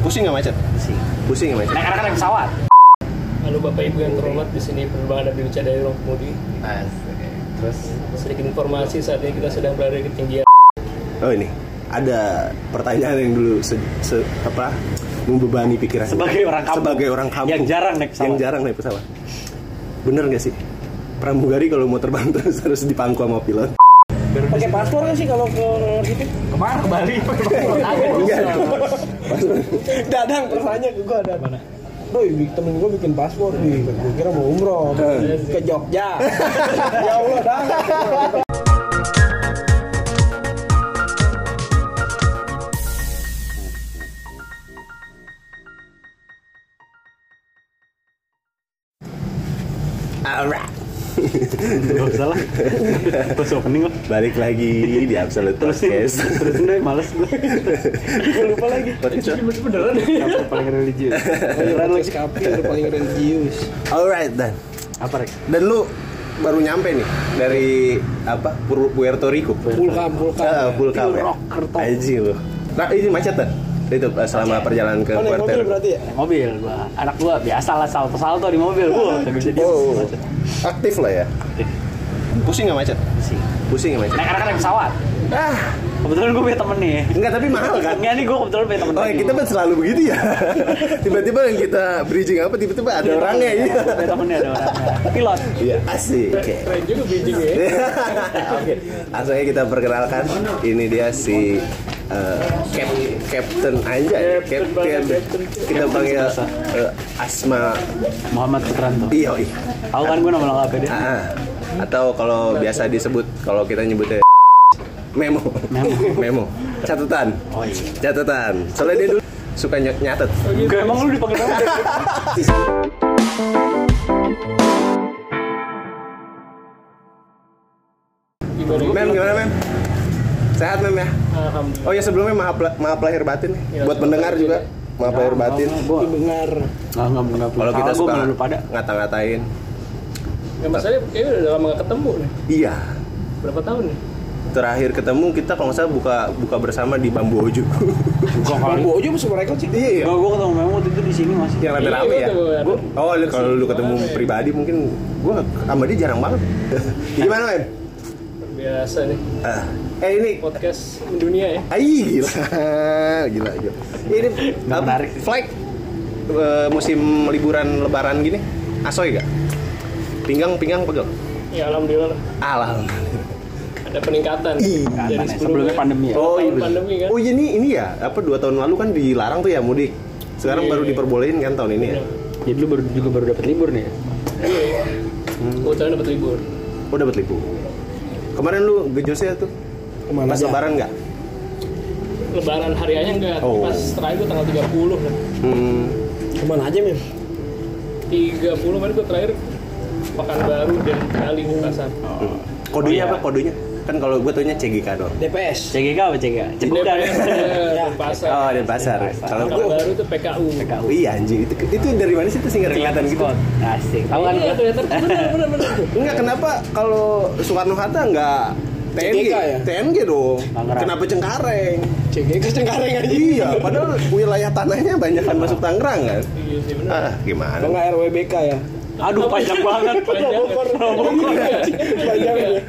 Pusing nggak macet? Pusing. Pusing nggak macet? Naik karena naik pesawat. Halo Bapak Ibu yang terhormat di sini penerbangan dari Uca dari Rockmudi. Terus? Sedikit informasi saat ini kita sedang berada di ketinggian Oh ini ada pertanyaan yang dulu se- se- apa membebani pikiran Sebagai orang kampung. sebagai orang kampung Yang jarang naik pesawat. yang jarang naik pesawat bener nggak sih pramugari kalau mau terbang terus harus dipangku sama pilot Pakai paspor nggak sih kalau ke luar gitu? kemana ke Bali? Enggak. Dadang pertanyaan ke gua Dadang. Doi, bi- temen gue bikin paspor nih, Hmm. gue kira mau umroh Iya, ke Jogja. ya Allah, Dang. Alright. Gak usah lah. Terus opening lah. balik lagi di absolute Terusin, podcast terusin deh, males gue. Gue lupa lagi. Podcast. Beneran? Apa paling religius? Beneran Podcast lagi. kapi udah paling religius. alright dan Apa Rex? dan lu baru nyampe nih dari apa Pu- Puerto Rico Pulkam, pulkam. Ah, Pulkam ya. Rocker top. Aji lu. Nah, ini macet kan? Itu eh, selama perjalanan ke Oh, naik Puerto mobil Rico. berarti ya? Naik mobil gua. Anak gua biasa lah salto-salto di mobil gua. Gak bisa diem. Oh, aktif lah ya. Pusing nggak macet? Pusing. Pusing nggak macet? Naik karena naik pesawat. Ah, Kebetulan gue punya temen nih. enggak tapi mahal kan? Enggak nih gue kebetulan punya temen. Oh ya, lagi. kita kan selalu begitu ya. Tiba-tiba yang kita bridging apa tiba-tiba ada Punya temen orangnya ya, iya. gua Punya temennya ada orangnya. Pilot. Iya, asik. Oke. Keren juga Beijing ya. Oke, langsung aja kita perkenalkan. Ini dia si eh, Cap Captain aja. Cap, Captain banget, Cap- Captain. kita panggil eh, Asma. Muhammad Putranto. Iya, iya. Tahu kan gue nama lengkapnya dia? Ah, atau kalau biasa disebut kalau kita nyebutnya memo. Memo. Memo. Catatan. Oh iya. Catatan. Soalnya dia dulu suka ny- nyatet. Gak emang lu dipanggil nama Jack? Gimana Mem gimana Mem? Sehat Mem ya? Alhamdulillah. Oh ya sebelumnya maaf la- maaf lahir batin nih. Iya, buat pendengar juga. Maaf lahir Iya, batin. Gue Dengar. nggak Ah, nggak nggak Kalau kita gue suka malu pada. ngata-ngatain. Ya masalahnya kayaknya udah lama gak ketemu nih. Iya. Berapa tahun nih? Terakhir ketemu kita kalau nggak salah buka buka bersama di Bambu Ojo. Gue kali. Bambu aja mesti mereka sih. iya. Gue gue ketemu Memo waktu itu di sini masih. Yang rame-rame Iya, ya. betul, betul. Gua- oh, lu- kalau lu ketemu Rame. pribadi mungkin gua sama dia jarang banget. Gimana, Mem? Biasa nih. Ah, eh ini Podcast mendunia ya. Aih gila Gila gila Ini Nggak apa, menarik sih. Flag eh, Musim liburan lebaran gini Asoy gak? Pinggang-pinggang pegel Ya alhamdulillah lah. Alam ada peningkatan. Iya. Karena sebelumnya pandemi ya. Oh, iya tahun pandemi kan? Oh iya ini, ini ya Apa dua tahun lalu kan dilarang tuh ya mudik Sekarang Iya. baru diperbolehin kan tahun ini ya Jadi lu baru juga baru dapat libur nih. ya? Gue tahun Iya. dapat libur. Iya. Oh dapat libur Kemarin lu gejosnya tuh Kemana Pas aja? lebaran gak? Lebaran hariannya enggak, tapi Oh. pas terakhir gue tanggal 30 lah. Hmm, Kemana aja, Mim? 30 kemarin gue terakhir Pekanbaru dan Bali Makassar. Kodenya Oh, iya. apa kodenya? Kan kalau gue taunya Oh, CGK doang DPS. CGK apa CGK? Cebukan. Oh dan pasar. dari pasar Denpasar. Kalau gua Pekanbaru itu PKU. PKU. Iya anjing itu, itu dari mana sih itu singkat kelihatan gitu? Scott. Asik. Tahu kan ya? Iya, gua? kelihatan benar benar benar. Enggak kenapa kalau Soekarno Hatta enggak TNG, CGK ya? TNG dong. Tangerang. Kenapa Cengkareng? CGK Cengkareng aja. iya, padahal wilayah tanahnya banyak kan masuk Tangerang kan. Iya sih benar. Ah, gimana? Kalau nggak RWBK Iya. ya. Aduh panjang banget. Panjang. Panjang Iya. ya.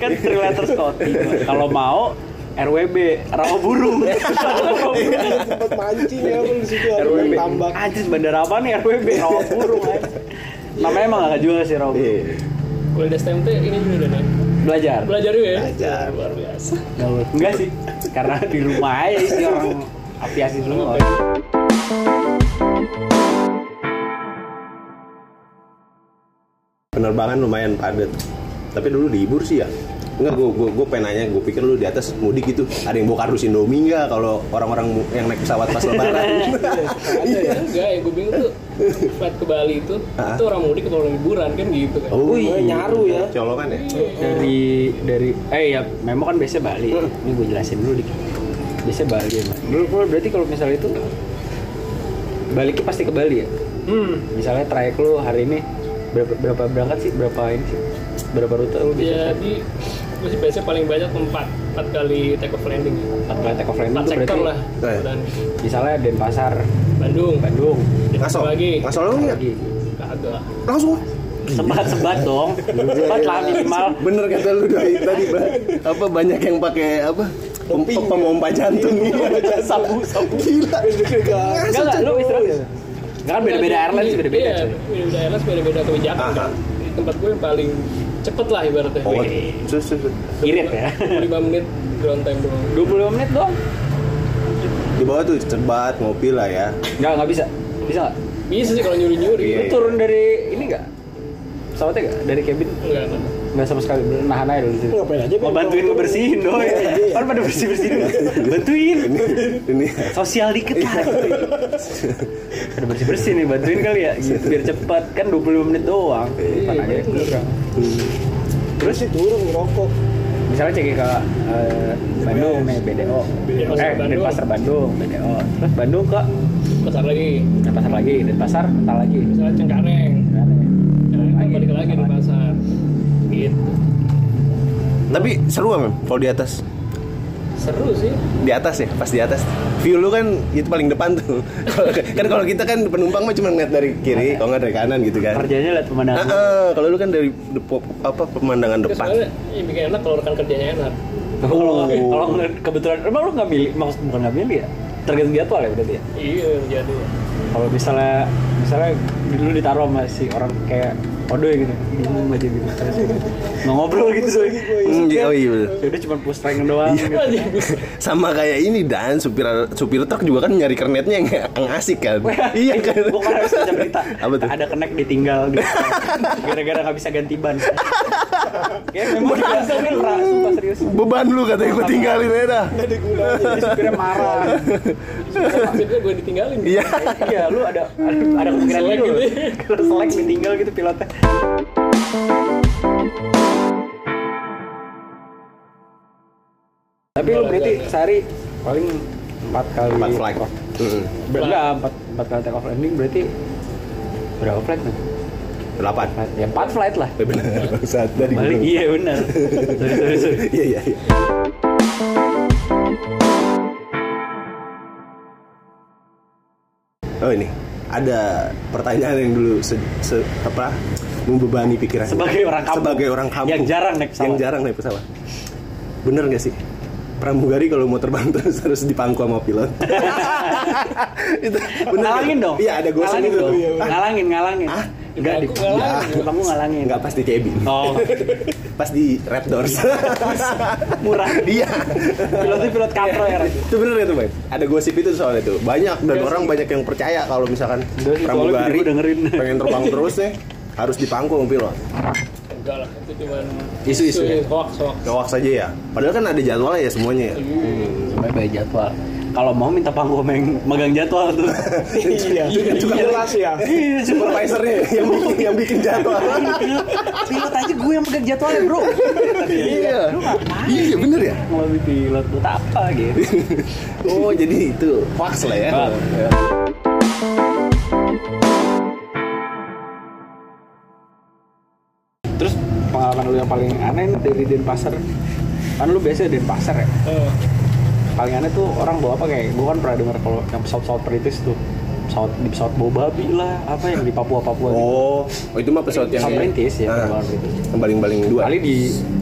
Kan three letter Scott. Kalau mau RWB, rawa burung. Iya. Tempat mancing ya lu di situ ada RWB. yang tambak. Anjir bandara apa nih RWB? Rawa burung. anjing. Namanya emang gak juga sih rawa burung. Iya. Kalau di STMT ini dulu deh. Nay. Belajar. Belajar dulu ya. Belajar. Luar biasa. Enggak sih, karena di rumah aja sih orang apiasi semua. Penerbangan lumayan padat. Tapi dulu libur sih ya. Enggak, gue gue gue pengen nanya, gue pikir lu di atas mudik gitu. Ada yang bawa kardus Indomie nggak kalau orang-orang mu- yang naik pesawat pas lebaran? Ada ya? Enggak, yang gue bingung tuh flight ke Bali itu, Ah. itu orang mudik ke orang liburan kan gitu kan. Oh, Wih, nyaru ya. Colongan ya. Iya, Dari dari eh ya memang kan biasanya Bali. Ini gue jelasin dulu dikit. Biasanya Bali ya, Mas. Dulu kalau berarti kalau misalnya itu baliknya pasti ke Bali ya. Hmm. Misalnya trayek lu hari ini berapa, berapa Ya, berangkat sih? Berapa ini sih? Berapa rute lu biasanya? Jadi gue sih biasanya paling banyak empat empat kali take off landing ya. Empat kali take off landing Empat itu sektor berarti lah. Eh. Dan misalnya Denpasar, Bandung, Bandung, Ngasol. lagi. Ngasol lu nggak? lagi Kagak. Langsung. sebat sebat dong, sebat lah minimal. Bener kata lu doi tadi, Ba. Apa banyak yang pakai apa? Pem Doping. pemompa jantung Iya. Sabu sabu. Gila. Enggak lah, lu istirahat. Enggak kan beda beda airline sih beda beda. Iya, beda-beda airlines, beda-beda kebijakan Ah, kan. ah. Di tempat gue yang paling cepet lah ibaratnya. Oh, Wih, sus, sus, sus. Irit ya. 5 menit ground time doang. 25 menit doang. Di bawah tuh cebat ngopi lah ya. Enggak enggak bisa. Bisa enggak? Bisa sih kalau nyuri-nyuri. Iya, Lu iya. turun dari ini enggak? Pesawatnya enggak? Dari cabin? Enggak, enggak. Enggak sama sekali. Nahan aja dulu di situ. Ngapain aja, Iya, Ben? Mau bantuin lu bersihin doi. Kan pada bersih-bersih dulu. Bantuin. Ini ini Sosial dikit Iya. lah. Ada bersih-bersih nih, bantuin kali ya. Gitu, biar cepat. Kan 20 menit doang. Depan Iya, aja. kurang. Terus sih turun ngerokok. Misalnya cek ke eh, Bandung nih, BDO. Denpasar, Eh, Bandung. Denpasar Bandung, BDO. Terus Bandung ke Pasar lagi. Denpasar lagi, Denpasar, Kental lagi. Misalnya Cengkareng. Cengkareng kan Lagi, Nah, balik lagi di lagi. pasar. Gitu. tapi seru Mem, kalau di atas. Seru sih. Di atas ya, pas di atas. View lu kan itu paling depan tuh. Kalau- kan kalau kita kan penumpang mah cuma ngeliat dari kiri, kalau nggak dari kanan gitu kan. Kerjanya lihat Ah, pemandangan. ah, kalau lu kan dari depo- apa pemandangan Terus depan. sebenarnya yang iya, bikin enak kalau rekan kerjanya enak. Kalau nggak- kalau nggak- kebetulan emang lu nggak milih maksud bukan nggak milih ya tergantung jadwal ya berarti ya Iya, jadi. kalau misalnya misalnya dulu ditaruh sama si orang kayak odoy gitu bingung aja gitu terus nggak ngobrol gitu soalnya Hmm, iya, oh iya, betul. jadi cuma push rank doang gitu. Kan Sama kayak ini dan supir supir truk juga kan nyari kernetnya yang, yang asik kan. iya kan. Gue kemarin harus baca berita Apa tuh? Ada kenek ditinggal gitu. Gara-gara gak bisa ganti ban Kayak memang dikasih ini lah Sumpah serius Beban lu katanya gue tinggalin ya dah. Jadi supirnya marah Maksudnya gue ditinggalin. Iya. Iya lu ada Ada, ada kemungkinan Selek gitu gitu. ya. Kalau selek ditinggal gitu pilotnya Tapi lu berarti sehari Iya, paling empat kali Empat flight. Mm-mm. Ber- Enggak, empat, empat kali take off landing berarti berapa flight nih? Delapan. Flight. Ya empat flight lah. Eh, Benar. Saat dari Balik gunung. iya benar. Sorry sorry sorry. Iya iya. iya. Oh ini ada pertanyaan yang dulu se, se- apa membebani pikiran Sebagai orang kampung. sebagai orang kampung Yang jarang naik pesawat. yang jarang naik pesawat bener nggak sih pramugari kalau mau terbang terus harus dipangku sama pilot itu bener nggak? Ngalangin dong. iya ada gosong Ngalangin itu dong. Ah, Ngalangin ngalangin. Ah, Enggak di aku ngalangin. Enggak, kamu ngalangin. nggak pas di cabin Oh, pas di red doors murah. iya Pilotnya pilot kapro ya. Ren. itu bener itu Bay? ada gosip itu soalnya itu banyak dan orang banyak yang percaya kalau misalkan Enggak sih, soalnya pramugari gue dengerin. pengen terbang terus deh harus dipangku sama pilot Enggak lah, itu cuman Isu-isu ya? hoax, hoax. hoax saja ya padahal kan ada jadwalnya ya semuanya ya Sebenarnya bayar jadwal. Kalau mau minta panggung meng megang jadwal tuh. Iya, juga jelas ya. Iya, cuma supervisornya yang bikin yang bikin jadwal pilot aja gue yang megang jadwalnya, Bro. iya Lu ngapain? iya bener ya Ngelobby pilot buat apa gitu. oh jadi itu hoax lah ya Ah. Ya. Terus pengalaman lu yang paling aneh dari Denpasar Kan lu biasa Denpasar ya Eh, Paling aneh tuh orang bawa apa kayak Gue kan pernah denger kalau yang pesawat-pesawat British tuh pesawat, Di pesawat bawa babi lah Apa yang di Papua-Papua gitu oh oh, itu mah pesawat yang Pesawat perintis ya, Ah, pesawat perintis. yang baling-baling dua Kali di,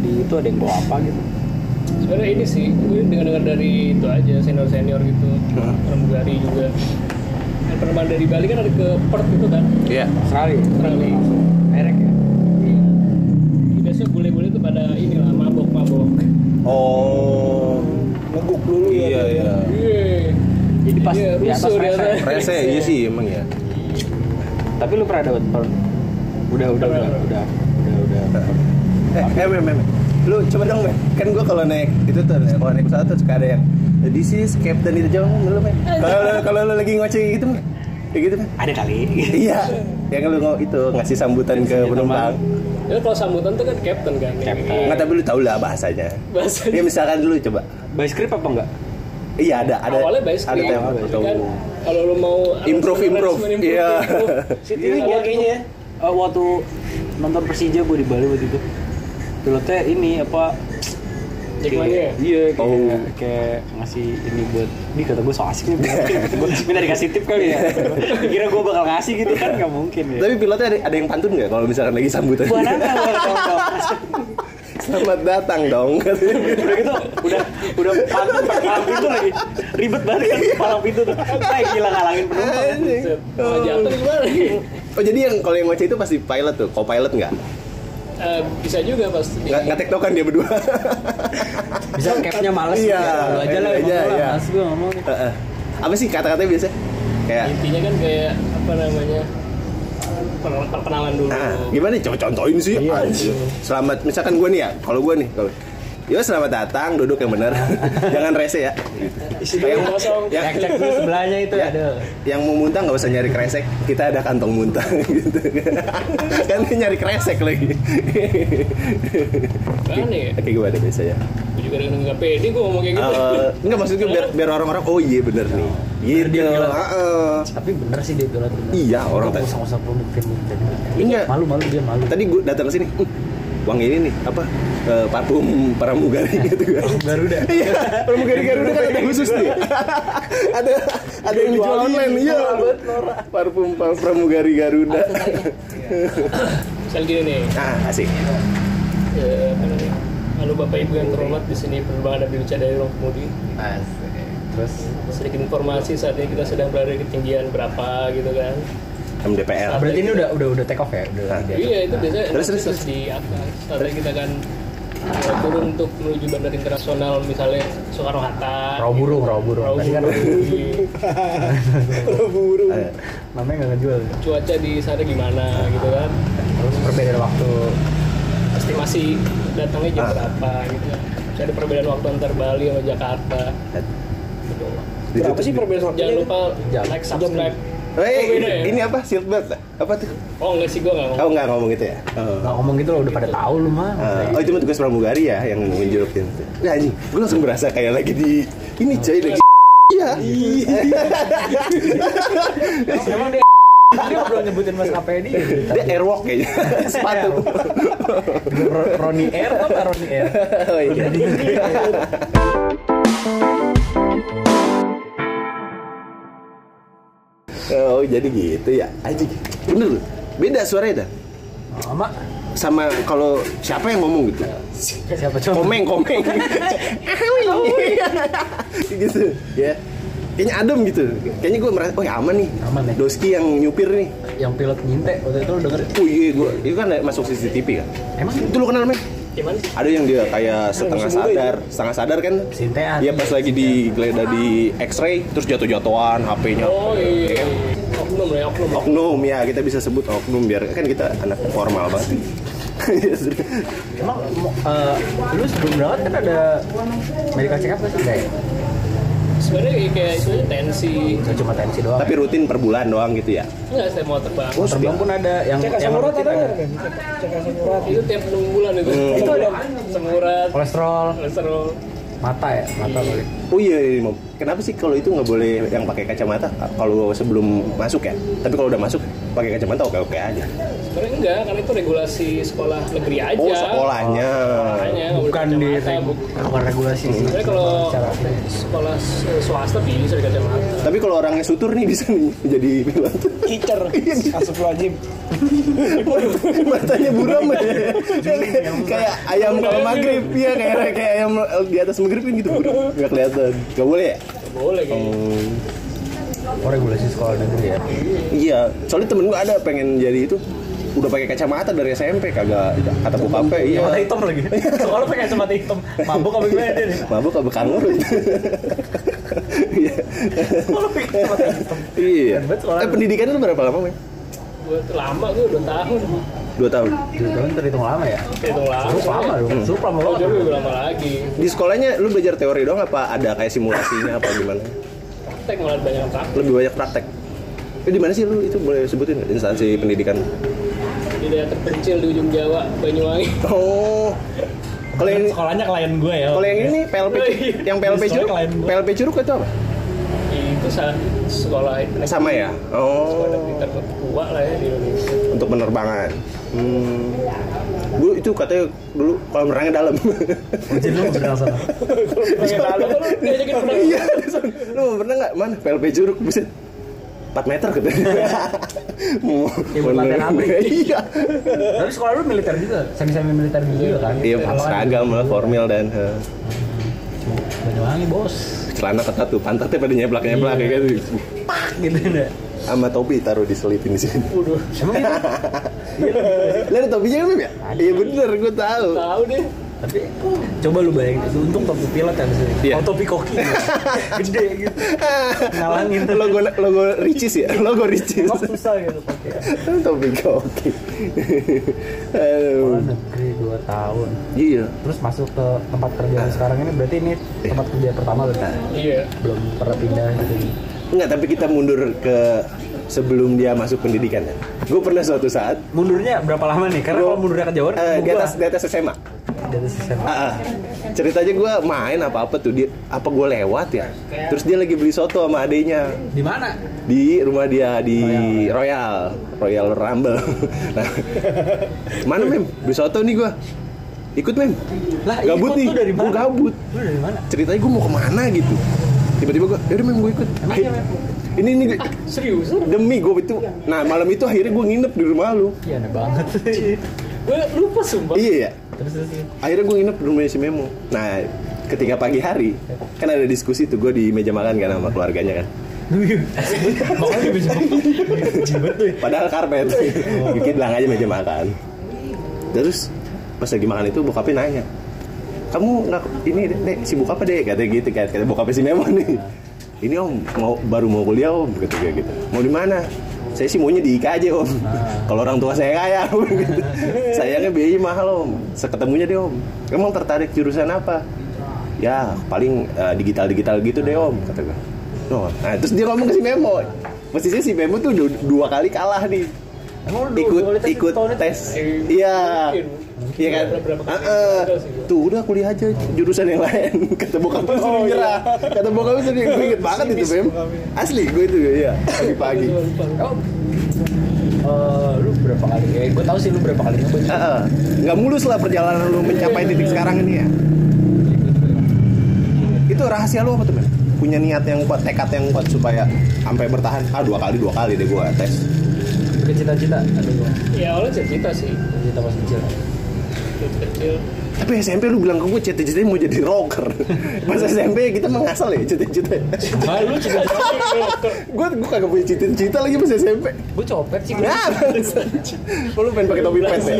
di itu ada yang bawa apa gitu sebenarnya ini sih gue dengar-dengar dari itu aja senior senior gitu Hmm. pramugari juga yang penerbangan dari Bali kan ada ke Perth gitu kan iya Australia Australia Merek ya Iya. biasanya bule-bule tuh pada inilah mabok-mabok oh Neguk dulu ya. iya iya iya Jadi pas Iya, di atas rusuh di rese. atas. rese iya sih emang ya Tapi lu pernah dapet per Udah, udah, udah, Pernah. udah, udah, udah. Eh, eh, mem, mem, mem. lu coba dong, mem. Kan gua kalau naik itu tuh, kalau naik pesawat tuh suka ada yang jadi sih captain itu jauh dulu, mem. Kalau lu- kalau lu lagi ngoceh gitu, mem. Ya gitu, mem. Ada kali Iya, yang lu ngau itu ngasih sambutan ke Iya, Sambutan. penumpang. ya kalau sambutan tuh kan captain kan Captain. Nggak, tapi lu tau lah bahasanya. Ya bahasanya misalkan dulu coba. By script apa enggak? Iya ada, ada. awalnya by script Ada tema tapi atau kan kalau lu mau Improve, improve. Iya. Situ ini gua kayaknya ya. Eh, waktu nonton Persija gue di Bali waktu itu pilotnya ini apa Jackmania. Iya, kayak, Oh. kayak ngasih ini buat Di kata gue so asik nih Gue minta dikasih tip kali ya Kira gue bakal ngasih gitu kan Gak mungkin ya Tapi pilotnya ada, ada yang pantun nggak kalau misalkan lagi sambutan? Buah nangka buah nangka. Selamat datang dong. katanya. Udah gitu Udah Udah pantun palang pintu lagi Ribet banget kan Palang pintu tuh Kayak gila ngalangin penumpang Anjing. Set. Malah jatuh nih kemarin. Oh jadi yang kalau yang ngoceh itu pasti pilot tuh. Kau pilot nggak? Eh, bisa juga pasti. Nggak nggak tektokan dia berdua. Bisa capnya males Iya, ya, Lu aja lah lu aja, iya. ngomong lah Males gue ngomong nih Heeh. Apa sih kata-katanya biasa? Kayak Gitu. Intinya kan kayak apa namanya? Penal- Perkenalan dulu. Nah, gimana nih? coba contohin sih Iya, anjir. selamat misalkan gue nih ya kalau gue nih kalau Yo selamat datang, duduk yang benar. Jangan rese ya. Isi Yang, dulu. kosong. yang, Cek cek dulu sebelahnya itu Ya. ada yang mau muntah nggak usah nyari kresek, kita ada kantong muntah gitu. kan dia nyari kresek lagi. Kan ya. Oke, gue ada biasa ya. Gue juga kadang nggak pede gue ngomong Iya. kayak gitu. Eh, enggak maksudnya biar, biar orang-orang oh iya bener nih. Gitu. Heeh. Tapi bener sih dia pilot Iya, orang tadi tadi. Usah-usah perlu mungkin mungkin. Enggak. Malu-malu dia malu Tadi gue datang ke sini, "Hmm, wangi ini nih apa? Eh, parfum pramugari gitu gue. Garuda Iya, pramugari Garuda kan ada khusus tuh. ada ada yang dijual online, iya. Parfum par- pramugari Garuda. Misal gini nih. Nah, asik. eh, apa namanya? Halo Bapak Ibu yang terhormat di sini penerbangan Abdul Chad dari Rockmudi. Terus Sedikit informasi saat ini kita sedang berada di ketinggian berapa gitu kan. MDPL. Berarti ini udah udah udah take off ya? Nah. Udah di atas. Iya itu biasanya Terus, terus, terus. di atas. Saatnya kita kan eh, turun untuk menuju bandara internasional misalnya Soekarno Hatta. Rawa burung, rawa burung. Tadi kan burung. Eh, namanya nggak ngejual. ya? cuaca di sana gimana gitu kan. Terus perbedaan waktu. Estimasi datangnya jam Ah. berapa gitu kan. Terus ada perbedaan waktu antar Bali sama Jakarta. Gitu. Berapa iya. sih perbedaan waktunya? Jangan itu? lupa Jam. like, subscribe. Wey, beda ya? Oh, iya, ini apa? Shield belt? Apa tuh? Oh enggak sih gue Kau nggak ngomong. nggak ngomong gitu ya? Oh. Nggak ngomong gitu loh, udah pada tahu lu mah. Eh, oh itu mah tugas pramugari ya yang menjurupin. Nah anjing, gue langsung berasa kayak lagi di ini coy lagi. Iya. Emang dia dia belum nyebutin mas apa ya ini? Dia airwalk kayaknya. Iya, Sepatu. Roni Air apa Roni Air? Oh, iya. Oh jadi gitu ya. Anjing. Bener loh. Beda suaranya dah. Mama Sama kalau siapa yang ngomong gitu. siapa coba? Komeng komeng. gitu ya. Kayaknya adem gitu. Kayaknya gue merasa, oh ya aman nih. Aman ya. Doski yang nyupir nih. Yang pilot nyinte waktu itu lu denger. Oh iya gue, itu kan masuk CCTV kan? Emang Itu lo kenal men? Gimana sih? Ada yang dia kayak setengah masuk dulu sadar, setengah sadar kan? Sintean. Iya pas lagi digeledah di X-ray, terus jatuh-jatuhan HP-nya. Oh iya. iya. Oknum ya oknum. Oknum ya, kita bisa sebut oknum biar kan kita anak formal banget. Iya, sudah. emang eh, lu sebelum berangkat kan ada medical check up nggak sih? Nggak ya? Sebenarnya kayak itu aja tensi. Nggak cuma tensi doang. Tapi rutin per bulan doang gitu ya. Enggak saya mau terbang. Oh, terbang pun ada yang Cek asam yang urat rutin ada ada. nggak? Ren? Cek- Cek asam urat. Itu tiap 6 bulan itu. Hmm. Itu ada. Semurat, kolesterol kolesterol. mata ya mata Iya. balik Oh iya, iya, Mom. kenapa sih kalau itu nggak boleh yang pakai kacamata kalau sebelum masuk ya? Tapi kalau udah masuk pakai kacamata oke oke aja. Sebenarnya enggak, karena itu regulasi sekolah negeri aja. Oh sekolahnya. Makanya nggak boleh bukan di kacamata, bu- bukan regulasi sih Sebenarnya kalau secara sekolah s- swasta bisa di kacamata. Tapi kalau orangnya sutur nih bisa nih jadi pilot. Kicer. Asap wajib. Matanya buram ya. kayak ayam kalau maghrib ya kayak kayak ayam di atas maghrib kan gitu buram. Nggak kelihatan. Nggak boleh ya? Nggak boleh gitu. kayaknya. oh, regulasi sekolah negeri ya Iya. Soalnya temen gua ada pengen jadi itu udah pakai kacamata dari SMP kagak kata buka apa iya mata hitam lagi sekolah pakai kacamata hitam mabuk apa gimana dia nih mabuk apa kanguru itu Iya. Sekolah pakai kacamata hitam iya Keren banget sekolah. eh pendidikan itu berapa lama Meng? Gue lama gue 2 tahun. dua tahun dua tahun terhitung lama ya Hmm. Hitung lama. Suruh lama dong Suruh lama Oh, jadi banget lebih lama lagi. di sekolahnya lu belajar teori doang apa ada kayak simulasinya apa gimana Praktek malah banyak yang praktek. lebih banyak praktek eh, di mana sih lu itu boleh sebutin nggak instansi pendidikan Di daerah terpencil di ujung Jawa, Banyuwangi. Oh. Kalau yang sekolahnya klien gue ya kalau yang ini PLP yang PLP Curug, Soalnya iya. klien gua. PLP Curug itu apa? Itu saat sekolah itu. Sama ya? Oh, Sekolah negeri tertua lah ya di Indonesia. untuk penerbangan. Hmm. Gue itu katanya dulu kolam renangnya dalam. Jadi lu mau berenang sana. diajakin berenang. Iya, di sana. lu mau berenang nggak? Mana? PLP Juruk buset. 4 meter katanya. Mau Ya, buat latihan apa? Iya. Tapi sekolah lu militer juga, semi-semi militer juga kan? Iya, seragam lah, formal dan eh, Banyuwangi bos. celana ketat tuh, pantatnya pada nyeplak-nyeplak kayak gitu. Pak gitu deh. Sama topi taruh diselipin di sini. Emang gitu? Lah ada topinya kan Mim, ya? Iya bener, gue tahu. Tahu deh. Tapi coba lu bayangin, itu untung topi pilot kan sih. Iya. Kalau topi koki, ya. gede gitu. Ngalangin tuh. logo logo Ricis ya, logo Ricis. Emang susah gitu pakai. topi koki. Aduh. Sekolah negeri 2 tahun. Iya. Terus masuk ke tempat kerja yang sekarang ini berarti ini tempat kerja pertama lu kan? Iya. Belum pernah pindah gitu. Enggak, tapi kita mundur ke sebelum dia masuk pendidikan ya. Gue pernah suatu saat Mundurnya berapa lama nih? Karena gua- kalau mundurnya ke Jawa, eh, di gua- atas di atas SMA. di atas SMA. Ah, ah. Ceritanya gue main apa apa tuh dia apa gue lewat ya. Terus dia lagi beli soto sama adenya. Di mana? di rumah dia di Royal Royal, Rumble. Nah, mana mem? Beli soto nih gua. Ikut mem. Lah, gabut ikut nih. lu iya, dari Gua mana? gabut. Lu dari mana? Ceritanya gua mau kemana gitu. Tiba-tiba gua, yaudah mem gua ikut. Emang Ay- iya, Mem? ini ini gua- Serius? demi gua itu. Nah malam itu akhirnya gua nginep di rumah lu. Iya, aneh banget. Gue lupa sumpah. Iya ya. terus terus. terus. Akhirnya gua nginep di rumahnya si Memo. Nah ketika pagi hari kan ada diskusi tuh gua di meja makan kan sama keluarganya kan. Makanya bisa jebet tuh. Oh. Padahal karpet. Gigit bilang aja meja makan. Terus pas lagi makan itu bokapnya nanya, kamu nggak ini dek sibuk apa dek kata gitu kan kata bokapnya si Memo nih ini om mau baru mau kuliah om kata dia gitu mau di mana saya sih maunya di IK aja om kalau orang tua saya kaya om gitu. sayangnya biayanya mahal om seketemunya deh om emang tertarik jurusan apa ya paling digital digital gitu deh om kata gue no. nah terus dia ngomong ke si Memo posisinya si Memo tuh du- dua kali kalah nih Emang lu ikut boleh tes ikut tahun itu? tes Eh, iya mungkin. iya kan Berapa kali Heeh. gagal sih gua. tuh udah kuliah aja jurusan yang lain kata bokap gue suruh nyerah kata bokap gue suruh gue inget banget itu bem asli gue itu iya pagi-pagi Gue lupa. Oh. Eh, lu berapa kali? Ya, gue tau sih lu berapa kali ngebut. Heeh. Ah, nggak mulus lah perjalanan lu mencapai titik sekarang ini ya itu rahasia lu apa tuh bem punya niat yang kuat tekad yang kuat supaya sampai bertahan ah dua kali dua kali deh gue tes Udah cita-cita. Aduh, gua Ya awalnya cita-cita sih. cita-cita pas kecil. Cita kecil. tapi SMP lu bilang ke gue cita-citanya mau jadi rocker pas SMP kita mengasal ya cita-cita Nah, lu cita-cita. gue gue kagak punya cita-cita lagi pas SMP Gue copet sih. iya, gua. Nah, bangsat. Oh, lu pengen pakai topi pet ya?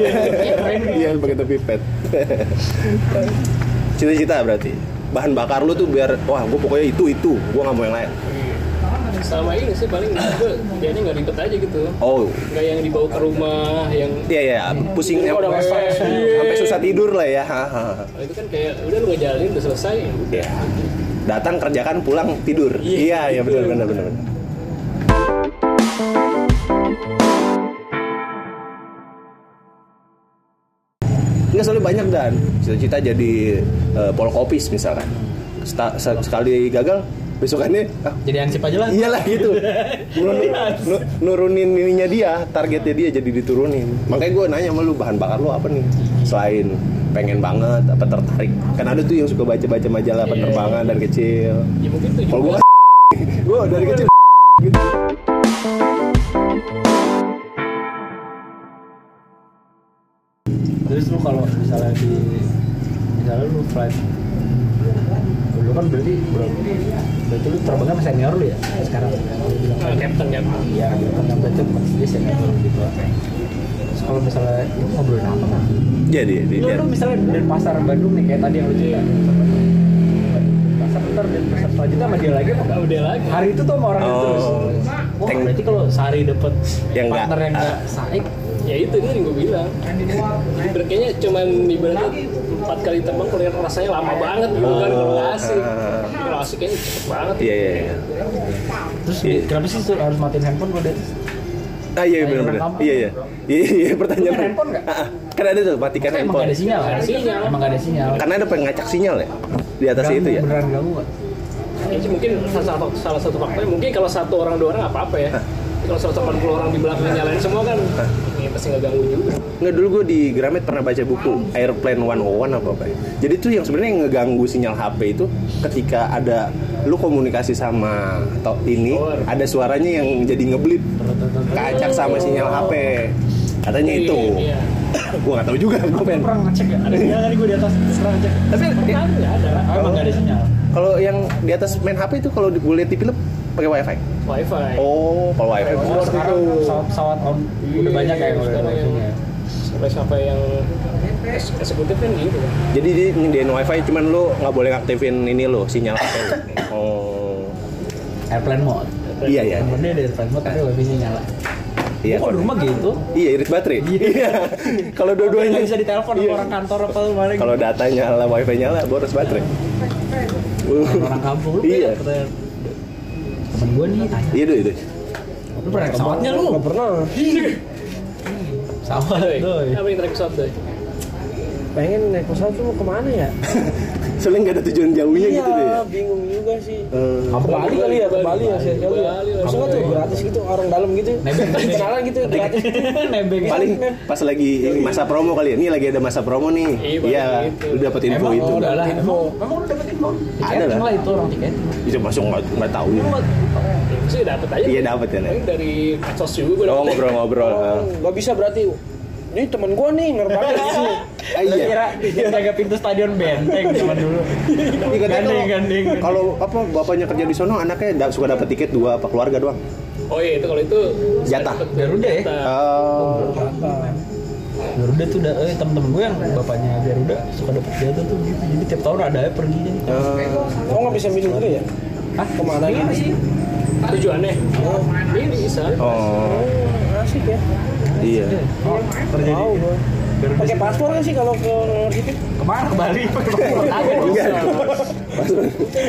Iya, lu pakai topi pet. Cita-cita berarti. Bahan bakar lu tuh biar wah, gue pokoknya itu itu, gue nggak mau yang lain. Sama ini sih paling gue jadinya nggak ribet aja gitu. Oh, Nggak yang dibawa ke rumah, yang iya iya, pusing Itu udah masak. sampai susah tidur lah ya. Ha, ha, ha. Nah, itu kan kayak udah lu ngejalanin udah selesai. ya udah. Iya. Datang kerjakan pulang tidur. Iya, iya benar benar benar. benar. Enggak soalnya banyak dan cita-cita jadi eh, polkopis misalkan. Sta- se- sekali gagal besokannya ah, Jadi ansip aja lah. iyalah gitu. Nurunin, Iya, nu- nurunin ininya dia, targetnya dia jadi diturunin. Makanya gue nanya sama lu bahan bakar lu apa nih? Selain pengen banget apa tertarik. Kan ada tuh yang suka baca-baca majalah Iya. penerbangan dari kecil. Ya mungkin tuh Kalau juga. gue gue dari kecil gitu. Terus lu kalau misalnya di misalnya lu flight lu kan berarti berapa? Berarti lu terbangnya sama senior lu ya sekarang? Eh, Lu bilang, Nah, Captain kan. Iya, karena berarti mas dia senior lu gitu. Terus kalau misalnya lu ngobrolin apa kan? Jadi, jadi, Lu, jadi. lu misalnya dari pasar Bandung nih kayak tadi yang lu Iya. cerita. Pasar ntar dan pasar selanjutnya sama dia lagi apa enggak? Nggak udah lagi. Hari itu tuh sama orang itu Oh. terus. Wah, Teng- berarti kalau sehari dapet Yang nggak- Ah. partner yang enggak saik, Ya itu itu yang gue bilang. Kayaknya cuman ibaratnya empat kali terbang kuliah rasanya lama banget gitu kan kalau nggak asik. Ah. Kalau asik kayaknya cepet banget. Iya, iya, iya. terus Iya. kenapa sih tuh harus matiin handphone Eh, kalau dia Ah iya benar benar. Iya iya. Iya iya pertanyaan. Bukan handphone nggak? Ah, ah. Kan ada tuh matikan Emang gak handphone. ada sinyal kan? Ada sinyal. Emang gak ada sinyal. Karena ada pengacak sinyal ya di atas Ganggu, itu ya. Beneran ganggu gak? Ya, mungkin salah satu, salah satu faktornya mungkin kalau satu orang dua orang nggak apa-apa ya. kalau 180 orang di belakang nyalain semua kan ini pasti nggak ganggu juga Nggak dulu gue di Gramet pernah baca buku Airplane 101 apa apa. ya. Jadi tuh yang sebenarnya yang ngeganggu sinyal HP itu ketika ada lu komunikasi sama atau ini ada suaranya yang jadi ngeblip kacak sama sinyal HP. Katanya itu. Iya. gue nggak tahu juga gue pengen. Pernah ngecek ya? Ada sinyal tadi gue di atas Pernah ngecek Tapi eh, kan nggak ada Oh, emang gak ada sinyal kalau yang di atas main HP itu kalau di- gue lihat di film pakai wifi. wifi Oh, kalau wifi. Nah, sekarang pesawat-pesawat on Udah banyak ya yang udah Sekarang yang- langsungnya. sampai-sampai yang es- eksekutif kan gitu kan. Jadi di nyediain wifi cuman lu nggak boleh ngaktifin ini lo sinyal HP. lu. Oh. Airplane mode Iya iya. Yang penting ada airplane mode tapi lebihnya nyala Iya. Kok di rumah gitu? Iya, irit baterai. Iya. Kalau dua-duanya Gak bisa ditelepon sama orang kantor apa kemarin Iya. Kalau data nyala, wifi nyala, boros baterai. Uh, Orang kampung lu Iya. kayak pertanyaan. Temen gue nih tanya Iya deh itu. Lu pernah naik pesawatnya lu? Iya. Gak pernah. Pesawat Doi. doi Iya. Apa yang track shot doi? Pengen naik pesawat tuh mau kemana ya? Soalnya nggak ada tujuan jauhnya Iya. gitu deh. ya. bingung juga sih. Eh, Iya, Ke Bali kali ya, ke Bali ya, sih kali ya. Bali lah. Maksud gua tuh gratis gitu, orang dalam gitu. Nebeng. Kenalan gitu, gratis. Nebeng paling pas lagi ini masa promo kali ya. Ini lagi ada masa promo nih. Iya, Iya, gitu. lu dapat info itu. udah lah Info. Emang emang lu dapet info? Ada lah. Tiketing lah itu orang tiket Itu masuk nggak nggak tahu. ya. Ya, Sih dapat aja. Iya dapat ya. Nek. Paling dari medsos juga gue Oh dapet. ngobrol-ngobrol. Oh, eh. Gak bisa berarti. Ini temen gua nih, nerbangin di sini. Ah, Lu iya. kira yang jaga pintu stadion benteng zaman dulu Iya, katanya Gandeng, kalau- gandeng, gandeng. Kalau apa bapaknya kerja di sono, anaknya da- suka dapat tiket dua apa keluarga doang. Oh iya itu kalau itu Jatah. dapet Garuda ya? jatah. Eh, Garuda tuh udah, eh temen-temen gue yang bapaknya Garuda suka dapet jatah tuh gitu Jadi tiap tahun ada aja pergi nih Oh gak bisa minum juga ya? Hah? Kemana gitu sih? Tujuannya. Ini bisa. oh, Oh, asik ya. iya. Terjadi Mau gua. Garuda sih. Pakai paspor gak sih kalau ke gitu? Kemana ke Bali? Pakai paspor kagak Enggak.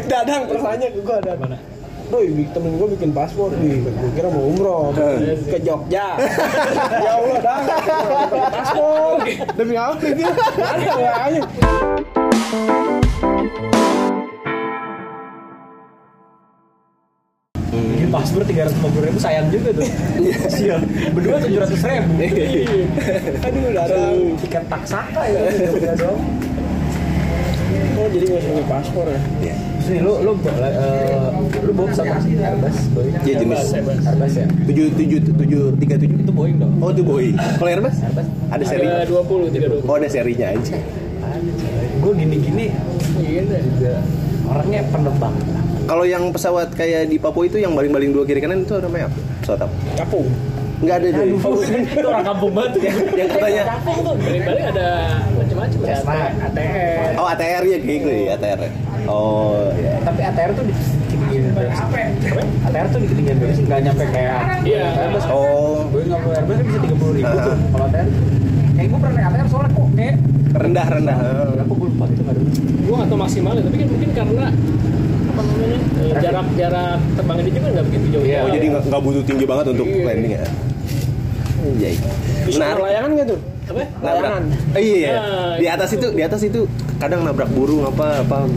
Dadang pertanyaan ke gua Dadang. Mana? Doi, bi- temen gue bikin paspor di gue kira mau umroh ke Jogja. ya Allah, dah. Paspor. Demi apa itu? Ada nggak aja. Ini paspor 350 ribu sayang juga tuh Sial Berdua 700 ribu Iya. Aduh, Dadang. Tiket taksaka ya Garuda dong Oh, jadi nggak usah punya paspor ya? Iya. Terus nih lu, lu, eh, lu bawa pesawat apa sih? Airbus, Boeing Iya jenis Airbus ya? tujuh tujuh tujuh tiga tujuh. Itu Boeing dong Oh itu Boeing. Kalau Airbus Airbus ada seri. Ada 20, 30. Oh ada serinya aja. gue gini-gini juga orangnya penerbang Kalau yang pesawat kayak di Papua itu yang baling-baling dua kiri kanan itu namanya apa? Pesawat apa? Kapung. Nggak ada deh. Oh, itu orang kampung banget ya yang katanya Balik-balik ada macam-macam ya. Cessna ATR oh ATR ya kayak gitu ya ATR. ya. Oh ya. tapi ATR tuh di ketinggian Airbus ATR tuh di ketinggian Airbus nggak nyampe kayak Iya. Airbus Oh gue nggak perlu Airbus kan bisa tiga puluh ribu tuh Ah. kalau ATR kayak gue pernah naik ATR soalnya kok kayak rendah rendah. berapa gue lupa gitu nggak ada Gue nggak tahu maksimalnya, tapi kan mungkin karena apa namanya eh, jarak-jarak terbangnya dia juga nggak begitu jauh. Iya, Oh jadi nggak nggak butuh tinggi banget untuk Iya. landing ya. Iya. Bisa Menarik. layangan nggak tuh? Apa? Nabrak. Eh, iya, iya. Nah, Di atas itu, di atas itu kadang nabrak burung apa apa.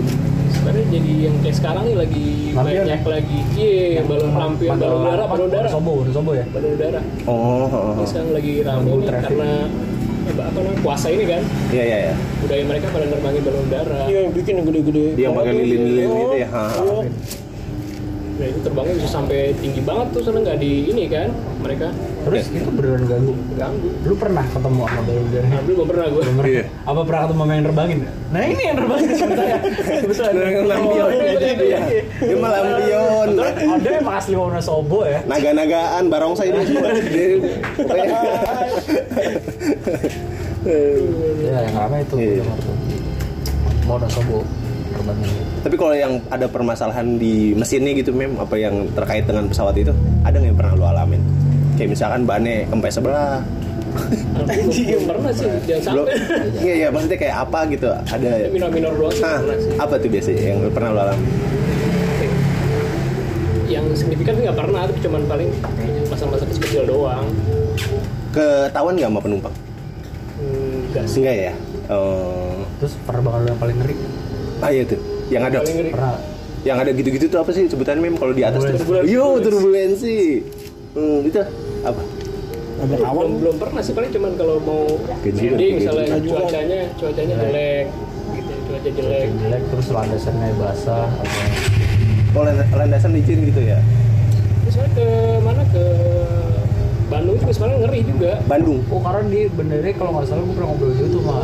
Sebenarnya jadi yang kayak sekarang nih lagi Lampion. banyak lagi iya balon lampion, balon udara, balon udara, sobo sobo ya balon udara. Oh. oh, Ini oh. sekarang lagi rame Nunggu nih traffic. karena apa apa namanya puasa ini kan Iya iya iya. budaya mereka pada nerbangin balon udara Iya, yang bikin yang gede-gede. Dia yang pakai lilin-lilin gitu ya. Ha, ha. Oh, nah itu terbangnya bisa sampai tinggi banget tuh soalnya nggak di ini kan mereka terus itu beneran Iya. ganggu ganggu lu pernah ketemu sama balon udara ambil belum pernah gue Belum pernah. Iya. Apa pernah ketemu sama yang nerbangin? Nah ini yang nerbangin sebetulnya. Sebetulnya. Yang lampion gitu dia. Dia mah lampion. Ada yang asli warna sobo ya. Naga-nagaan barongsai dia semua. Dia pokoknya Ya yang ramai itu. Iya. Warna sobo nerbangin. Tapi kalau yang ada permasalahan di mesinnya gitu mem apa yang terkait dengan pesawat itu ada nggak yang pernah lo alamin? Kayak misalkan bannya kempes sebelah. belum pernah sih jangan Lo, sampai Ya, iya iya maksudnya kayak apa gitu ada minor-minor doang sih Hah, pernah sih apa tuh biasanya yang pernah lo alami? yang signifikan sih nggak pernah tapi cuman paling pasang-pasang kecil doang Ketahuan nggak sama penumpang? enggak sih Enggak ya? Oh. Terus penerbangan lu yang paling ngeri Ah iya tuh, yang ada paling ngeri pernah. yang ada gitu-gitu tuh apa sih sebutannya mem kalau di atas tuh? Turbulensi. Yo turbulensi. Hmm, itu apa? ada kawan belum, belum pernah sih paling cuman kalau mau Ke Jiran, landing ke misalnya Jiran. cuacanya cuacanya jelek gitu cuaca jelek jelek terus landasannya basah atau Oh, land- landasan licin gitu ya? terus saya ke mana ke Bandung itu sebenarnya ngeri juga Bandung. oh karena di benernya kalau nggak salah gue pernah ngobrol gitu sama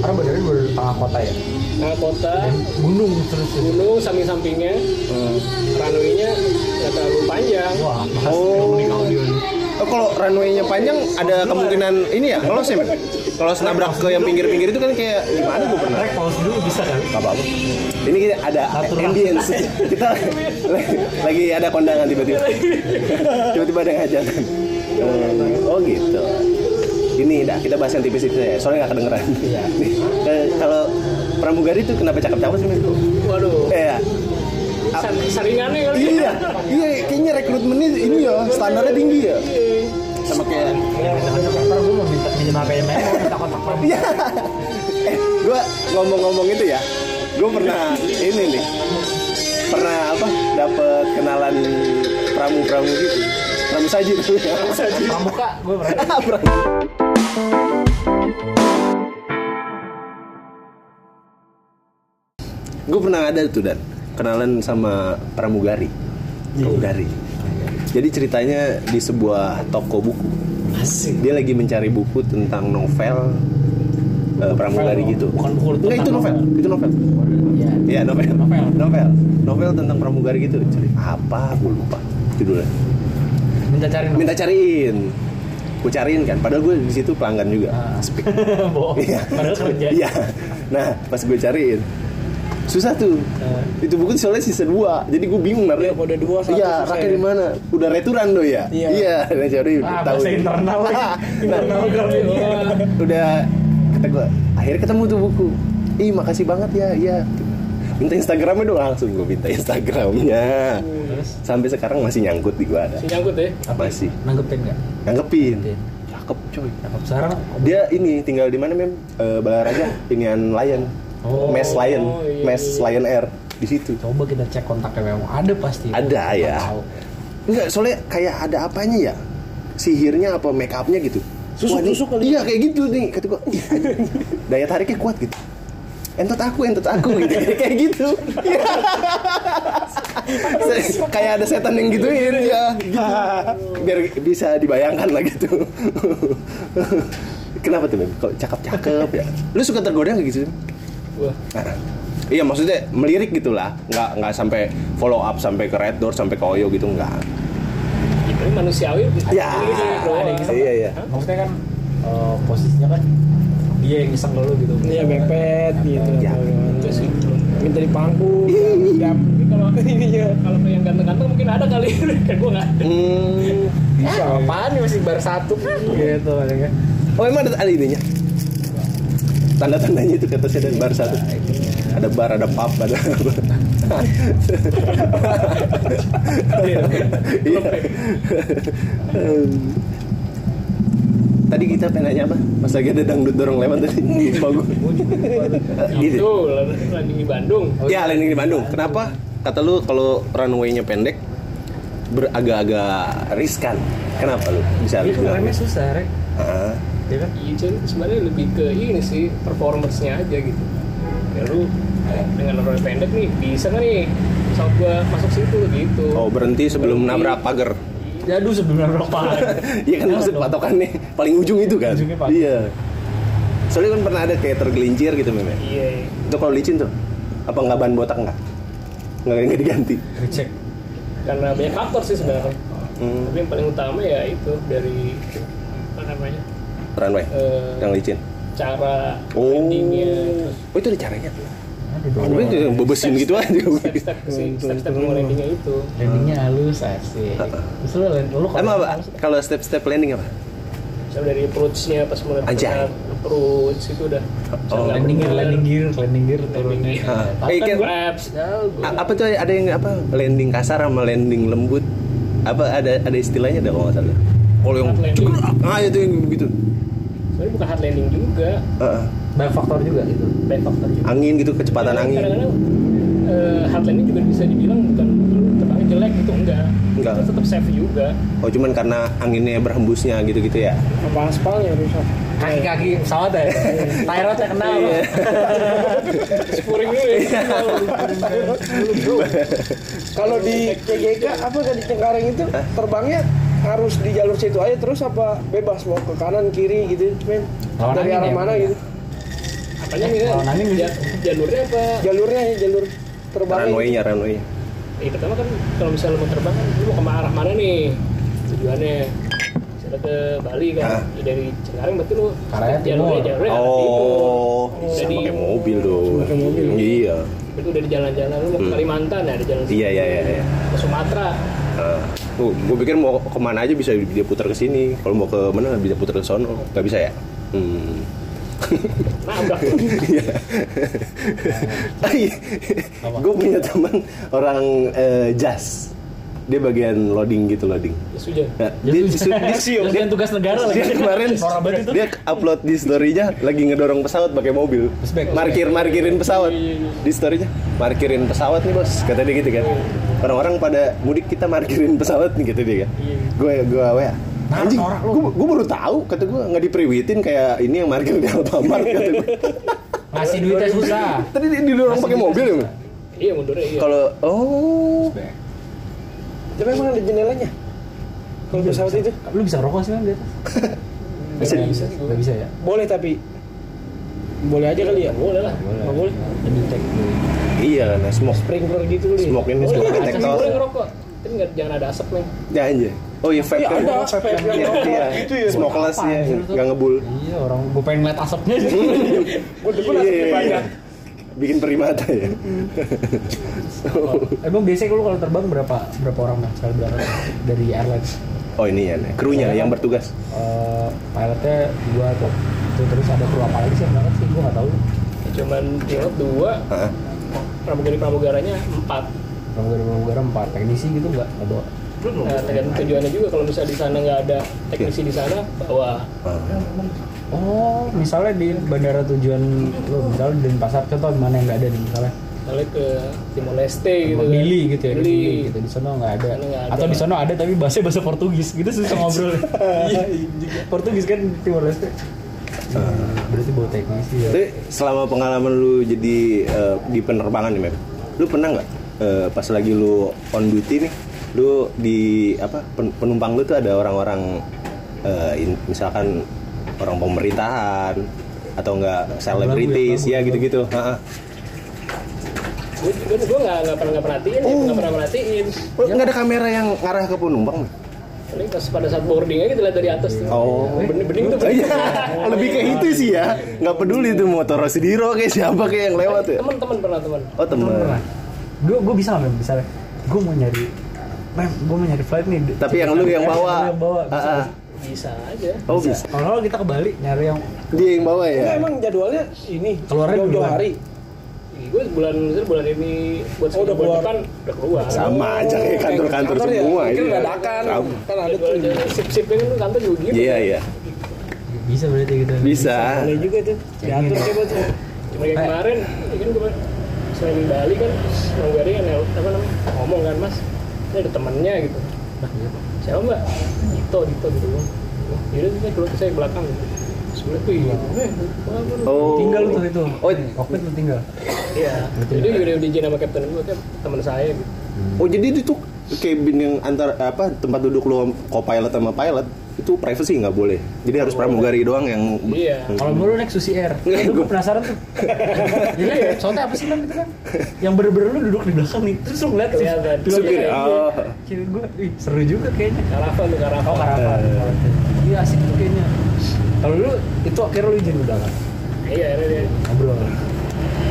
karena benernya bener tengah kota ya nah kota gunung terus itu gunung samping-sampingnya Hmm. runway-nya nggak terlalu panjang wah makasih Oh. nih audio nih Oh, kalau runway-nya panjang ada kemungkinan ini ya kalau sih kalau senabrak ke yang pinggir-pinggir itu kan kayak gimana gue pernah Rek, pause dulu bisa kan Gak apa-apa. Ini kita ada Atur lah. ambience. kita lagi, lagi ada kondangan tiba-tiba. tiba-tiba ada hajatan. Hmm, oh gitu. Ini dah kita bahas yang tipis itu ya. Soalnya nggak kedengeran. Nih, eh, kalau pramugari itu kenapa cakep-cakep sih men? waduh Eh, ya. sar- saringannya kali iya, iya, kayaknya rekrutmennya ini ya standarnya tinggi ya. Sama kayak Ntar gue mau minta minjem HP-nya Memo, minta kontak Memo. Iya. eh, gua ngomong-ngomong itu ya. Gua pernah ini nih. Pernah apa? Dapat kenalan pramu-pramu gitu. Pramu saji tuh ya. Saji. Pramuka, gue pernah Ah, Gue pernah ada tuh dan kenalan sama pramugari. Iya. Pramugari. Jadi ceritanya di sebuah toko buku. Dia lagi mencari buku tentang novel eh, pramugari gitu. oh. bukan buku Enggak, itu novel, itu novel. Iya. Iya novel. Novel. Novel. Novel tentang pramugari gitu. Cari apa? Gue lupa judulnya. Minta cari nomor. Minta cariin. Gue cariin kan. Padahal gue di situ pelanggan juga. Ah. Speak. Bohong. Iya. Padahal kerja. Iya. Nah, pas gue cariin susah tuh. Eh. Itu buku soalnya season 2. Jadi gue bingung naruhnya. Iya, kalau udah dua, satu Iya, selesai. raknya di mana? Udah returan do ya? Iya. Iya, nah, cari udah ya. Ah, tahu. bahasa internal lagi. Nah, Internal kali. udah kata gue akhirnya ketemu tuh buku ih makasih banget ya iya minta Instagramnya dong langsung gue minta Instagramnya sampai sekarang masih nyangkut di gue ada si nyangkut ya masih Nanggepin nggak? nanggepin Nanggepin. cakep coy Nangkep sekarang. dia ini tinggal di mana mem Eh, Balaraja inian Lion Oh. Mes Lion iya, Mes Lion Air di situ Coba kita cek kontaknya Memo. Ada pasti. Ada, Nggak ya. tahu. enggak soalnya kayak ada apanya ya sihirnya apa make upnya gitu Wah, ini- Susuk-susuk kali. iya kayak gitu nih kata gue daya tariknya kuat gitu entot aku entot aku gitu kayak gitu Iya. Se- kayak ada setan yang gituin ya gitu. biar bisa dibayangkan lah gitu kenapa tuh Mem? kok cakep cakep ya lu suka tergoda nggak gitu wah Nah, Iya maksudnya melirik gitulah, nggak nggak sampai follow up sampai ke red door sampai ke oyo gitu nggak. itu Gitu, manusiawi Ya. Ini doang. Ada yang iseng. Iya, iya. Maksudnya kan eh, posisinya kan dia yang iseng dulu gitu. iya mepet gitu Iya. Ya. Itu sih. minta dipangku jam Tapi gitu kalau kalau yang ganteng-ganteng mungkin ada kali kayak gue nggak Hmm. bisa Apaan nih masih bar satu gitu kayaknya. Oh emang ada, ada ininya? Tanda-tandanya itu kata saya dan bar satu. Ada bar, ada pub, ada apa. Iya. Hmm. Tadi kita pengen nanya apa? Pas lagi ada dangdut dorong lewat tadi. Lupa gue. Gitu. itu landing di Bandung ya, landing di Bandung. Kenapa? Kata lu kalau runway-nya pendek beragak-agak riskan. Kenapa lu bisa Iya lu bilang? kemarinnya susah rek. Ah, Ya kan? Iya, cuman sebenarnya lebih ke ini sih performance-nya aja gitu. Ya lu dengan role pendek nih bisa nggak nih pesawat gua masuk situ gitu. Oh berhenti sebelum Berhenti. nabrak pagar. Jadu sebelum berapa? Iya kan maksud patokannya paling ujung itu kan. Ujungnya pagar. Iya. Soalnya kan pernah ada kayak tergelincir gitu memang. Iya. Itu kalau licin tuh apa nggak ban botak nggak? Nggak nggak diganti. Recheck. Karena banyak faktor sih sebenarnya. Hmm. Tapi yang paling utama ya itu dari apa namanya Runway Eh. yang licin. cara Oh. landingnya, terus Oh itu ada caranya. Aduh, Gue dorong. itu bebesin gitu aja. Oh, step-step Hmm, sih, step-step mau landingnya itu. Landingnya halus asik. Terus lu lu kalau- Emang apa? Kalau step-step landing apa? Misalnya dari approach-nya pas mulai Anjay. perkenalan, approach itu udah. Oh, landing gear, landing gitu. gear, landing gear Nah, turun. Landing gear. Ah. Tapi Eh, kan kan- gua- Laps, A- apa tuh ada yang apa landing kasar sama landing lembut? Apa ada ada istilahnya ada kalau nggak salah? Kalau yang Hard landing. ah itu yang begitu. sebenarnya bukan hard landing juga, Heeh. banyak faktor juga gitu. back factor juga. angin gitu kecepatan Karena angin. Kadang-kadang eh, hard landing juga bisa dibilang bukan lu terbangnya jelek jelek gitu enggak. Enggak. Itu tetap safe juga. Oh cuman karena anginnya berhembusnya gitu-gitu ya. apa aspalnya rusak Kaki-kaki pesawat ya. Tyrod ya kenal. Iya. Spuring dulu Iya. ya. kalau di CGK apa tadi Cengkareng itu terbangnya harus di jalur situ aja terus apa bebas mau ke kanan kiri gitu men Lawan dari angin arah ya, mana Bang, ya? gitu Apanya nih? Kalau nangis gitu. ja- ya, Jalurnya apa? jalurnya ya jalur terbangnya gitu. Runway-nya, runway. Ya, pertama kan kalau misalnya lu mau terbang kan lu mau ke arah mana nih? Tujuannya misalnya ke Bali kan. Hah? Ya, dari Cengkareng berarti lu Arahnya jalurnya timur. jalurnya arah timur. Oh, bisa Jadi- pakai mobil dong. Pakai mobil. Iya. Itu dari jalan-jalan lu mau ke Hmm. Kalimantan ya, ada jalan Iya, iya, iya, iya. Ke Sumatera. Nah, gue pikir mau kemana aja bisa dia putar ke sini. Kalau mau ke mana bisa putar ke sono. Gak bisa ya? Hmm. Nabrak. Iya. gue Iya. punya teman orang eh, jas. Dia bagian loading gitu loading. Ya sudah. Nah, dia su- dia sium. Terus Dia- kan tugas negara lagi. dia kemarin Norak banget itu. dia upload di story-nya lagi ngedorong pesawat pakai mobil. Respect. Markir-markirin pesawat. Di story-nya markirin pesawat nih, Bos. Kata dia gitu kan. Orang-orang pada mudik kita markirin pesawat nih kata dia kan. Iya, Gue gue WA. Anjing, gue, baru tahu kata gue nggak diperiwitin kayak ini yang markir di Alfamart kata gue. Ngasih duitnya susah. Tadi dia didorong pakai mobil ya. Bang? Iya mundurnya iya. Kalau oh tapi emang ada jendelanya kalau pesawat itu Lu Iya, bisa rokok sih kan di atas? bisa Nggak bisa. Nggak bisa ya? boleh tapi boleh aja kali ya boleh lah. Nggak Nggak boleh. Jadi cek dulu. Iya kan, smoke sprinkler gitu kali smoke ini Boleh, smoke boleh, boleh, boleh detector. ngerokok. Tapi kan nggak- jangan ada asap nih. Ya anjir. Oh iya vape Iya, kan? ada vape yang Iya, rokok iya. gitu ya. Smokeless Apaan ya, sih itu? nggak ngebul. Iya orang gue pengen ngeliat asapnya. gue depan Iya, iya, asapnya iya. banyak Bikin perimata ya. Emang biasanya lu kalau terbang berapa berapa orang bang? Sekali berapa dari airlines? Oh ini ya, nih. krunya yang bertugas. Eh, pilotnya dua tuh. Itu terus ada kru apa lagi sih yang berangkat sih? Gue nggak tahu. Ya, Cuman pilot dua, Hah? pramugari pramugaranya empat. Pramugara-pramugara empat teknisi gitu nggak nggak bawa. Nah, tergantung tujuannya juga kalau misalnya di sana nggak ada Iya. teknisi di sana, bawa Ah. Oh, misalnya di bandara tujuan lu, misalnya di Denpasar contoh di mana yang nggak ada nih misalnya? balik ke Timor Leste gitu kan. Bili gitu ya, di Bili. Bili gitu di sana nggak ada. Sana nggak ada. Atau di sana ada tapi bahasa bahasa Portugis gitu susah ngobrol. Iya, Portugis kan Timor Leste. Berarti bawa teknisi ya. Tapi selama pengalaman lu jadi eh, di penerbangan nih, Mem, lu pernah nggak eh, pas lagi lu on duty nih, lu di apa pen- penumpang lu tuh ada orang-orang eh, in- misalkan orang pemerintahan atau enggak selebritis lagu ya, ya lagu. gitu-gitu. Ha-ha. Gue gue gue nggak nggak pernah nggak perhatiin, ya, Oh. nggak pernah perhatiin. Lu Ya nggak ada kamera yang ngarah ke penumpang? Mem? Paling pas pada saat boarding aja kita lihat dari atas. tuh. Oh, bening-bening tuh. Iya, lebih ke itu sih ya. Nggak peduli tuh motor Rosidiro kayak siapa kayak yang lewat ya. Teman-teman pernah teman. Oh temen. Gue gue bisa nggak Mem? misalnya gue mau nyari Mem, gue mau nyari flight nih. Tapi yang lu yang bawa. Yang bawa. bisa. Ah, ah. Bisa aja. Oh bisa. Kalau kita ke Bali nyari yang Dia yang bawa Enggak, ya. emang jadwalnya ini Keluarnya jauh-jauh duluan. hari Gue bulan misalnya bulan ini buat Oh, udah bulan keluar. depan udah keluar. Sama aja kayak kantor-kantor Kantor ya, semua. mungkin ini. dadakan Sama. kan ada tuh Jadwal- jadwal Sip-sipnya kan kantor juga gitu. Iya iya. bisa berarti gitu. Bisa. boleh juga tuh diatur Cengin. kayak gitu. buat tuh. Cuma kayak kemarin, ya kan gue selain di Bali kan, Nogari kan nel- apa namanya ngomong kan mas, ini ada temannya gitu. Nah, iya, siapa mbak? Dito, Dito gitu loh. Wah, Yaudah saya keluar saya ke belakang gitu. Sebelah tuh iya. Eh, wah, gua lupa. Oh. Tinggal tuh itu. Oh, kokpit lu tinggal. Iya. Jadi dia udah diizin sama kapten gue kan teman saya gitu. oh jadi itu cabin yang antar apa tempat duduk lu co-pilot sama pilot itu privacy nggak boleh. Jadi Oh. harus pramugari doang yang Hmm. Iya. Kalau mau lu naik Susi Air, itu gue penasaran tuh. Jadi soalnya apa sih kan itu kan? Yang bener-bener lu duduk di belakang nih, terus lu ngeliat Kelihatan. supir. Iya, Oh. Kira gue, ih seru juga kayaknya. Karavan tuh Oh karavan. karavan. Iya asik tuh kayaknya. Kalau lu itu akhirnya lu izin udah kan? Iya, iya, iya. Ngobrol.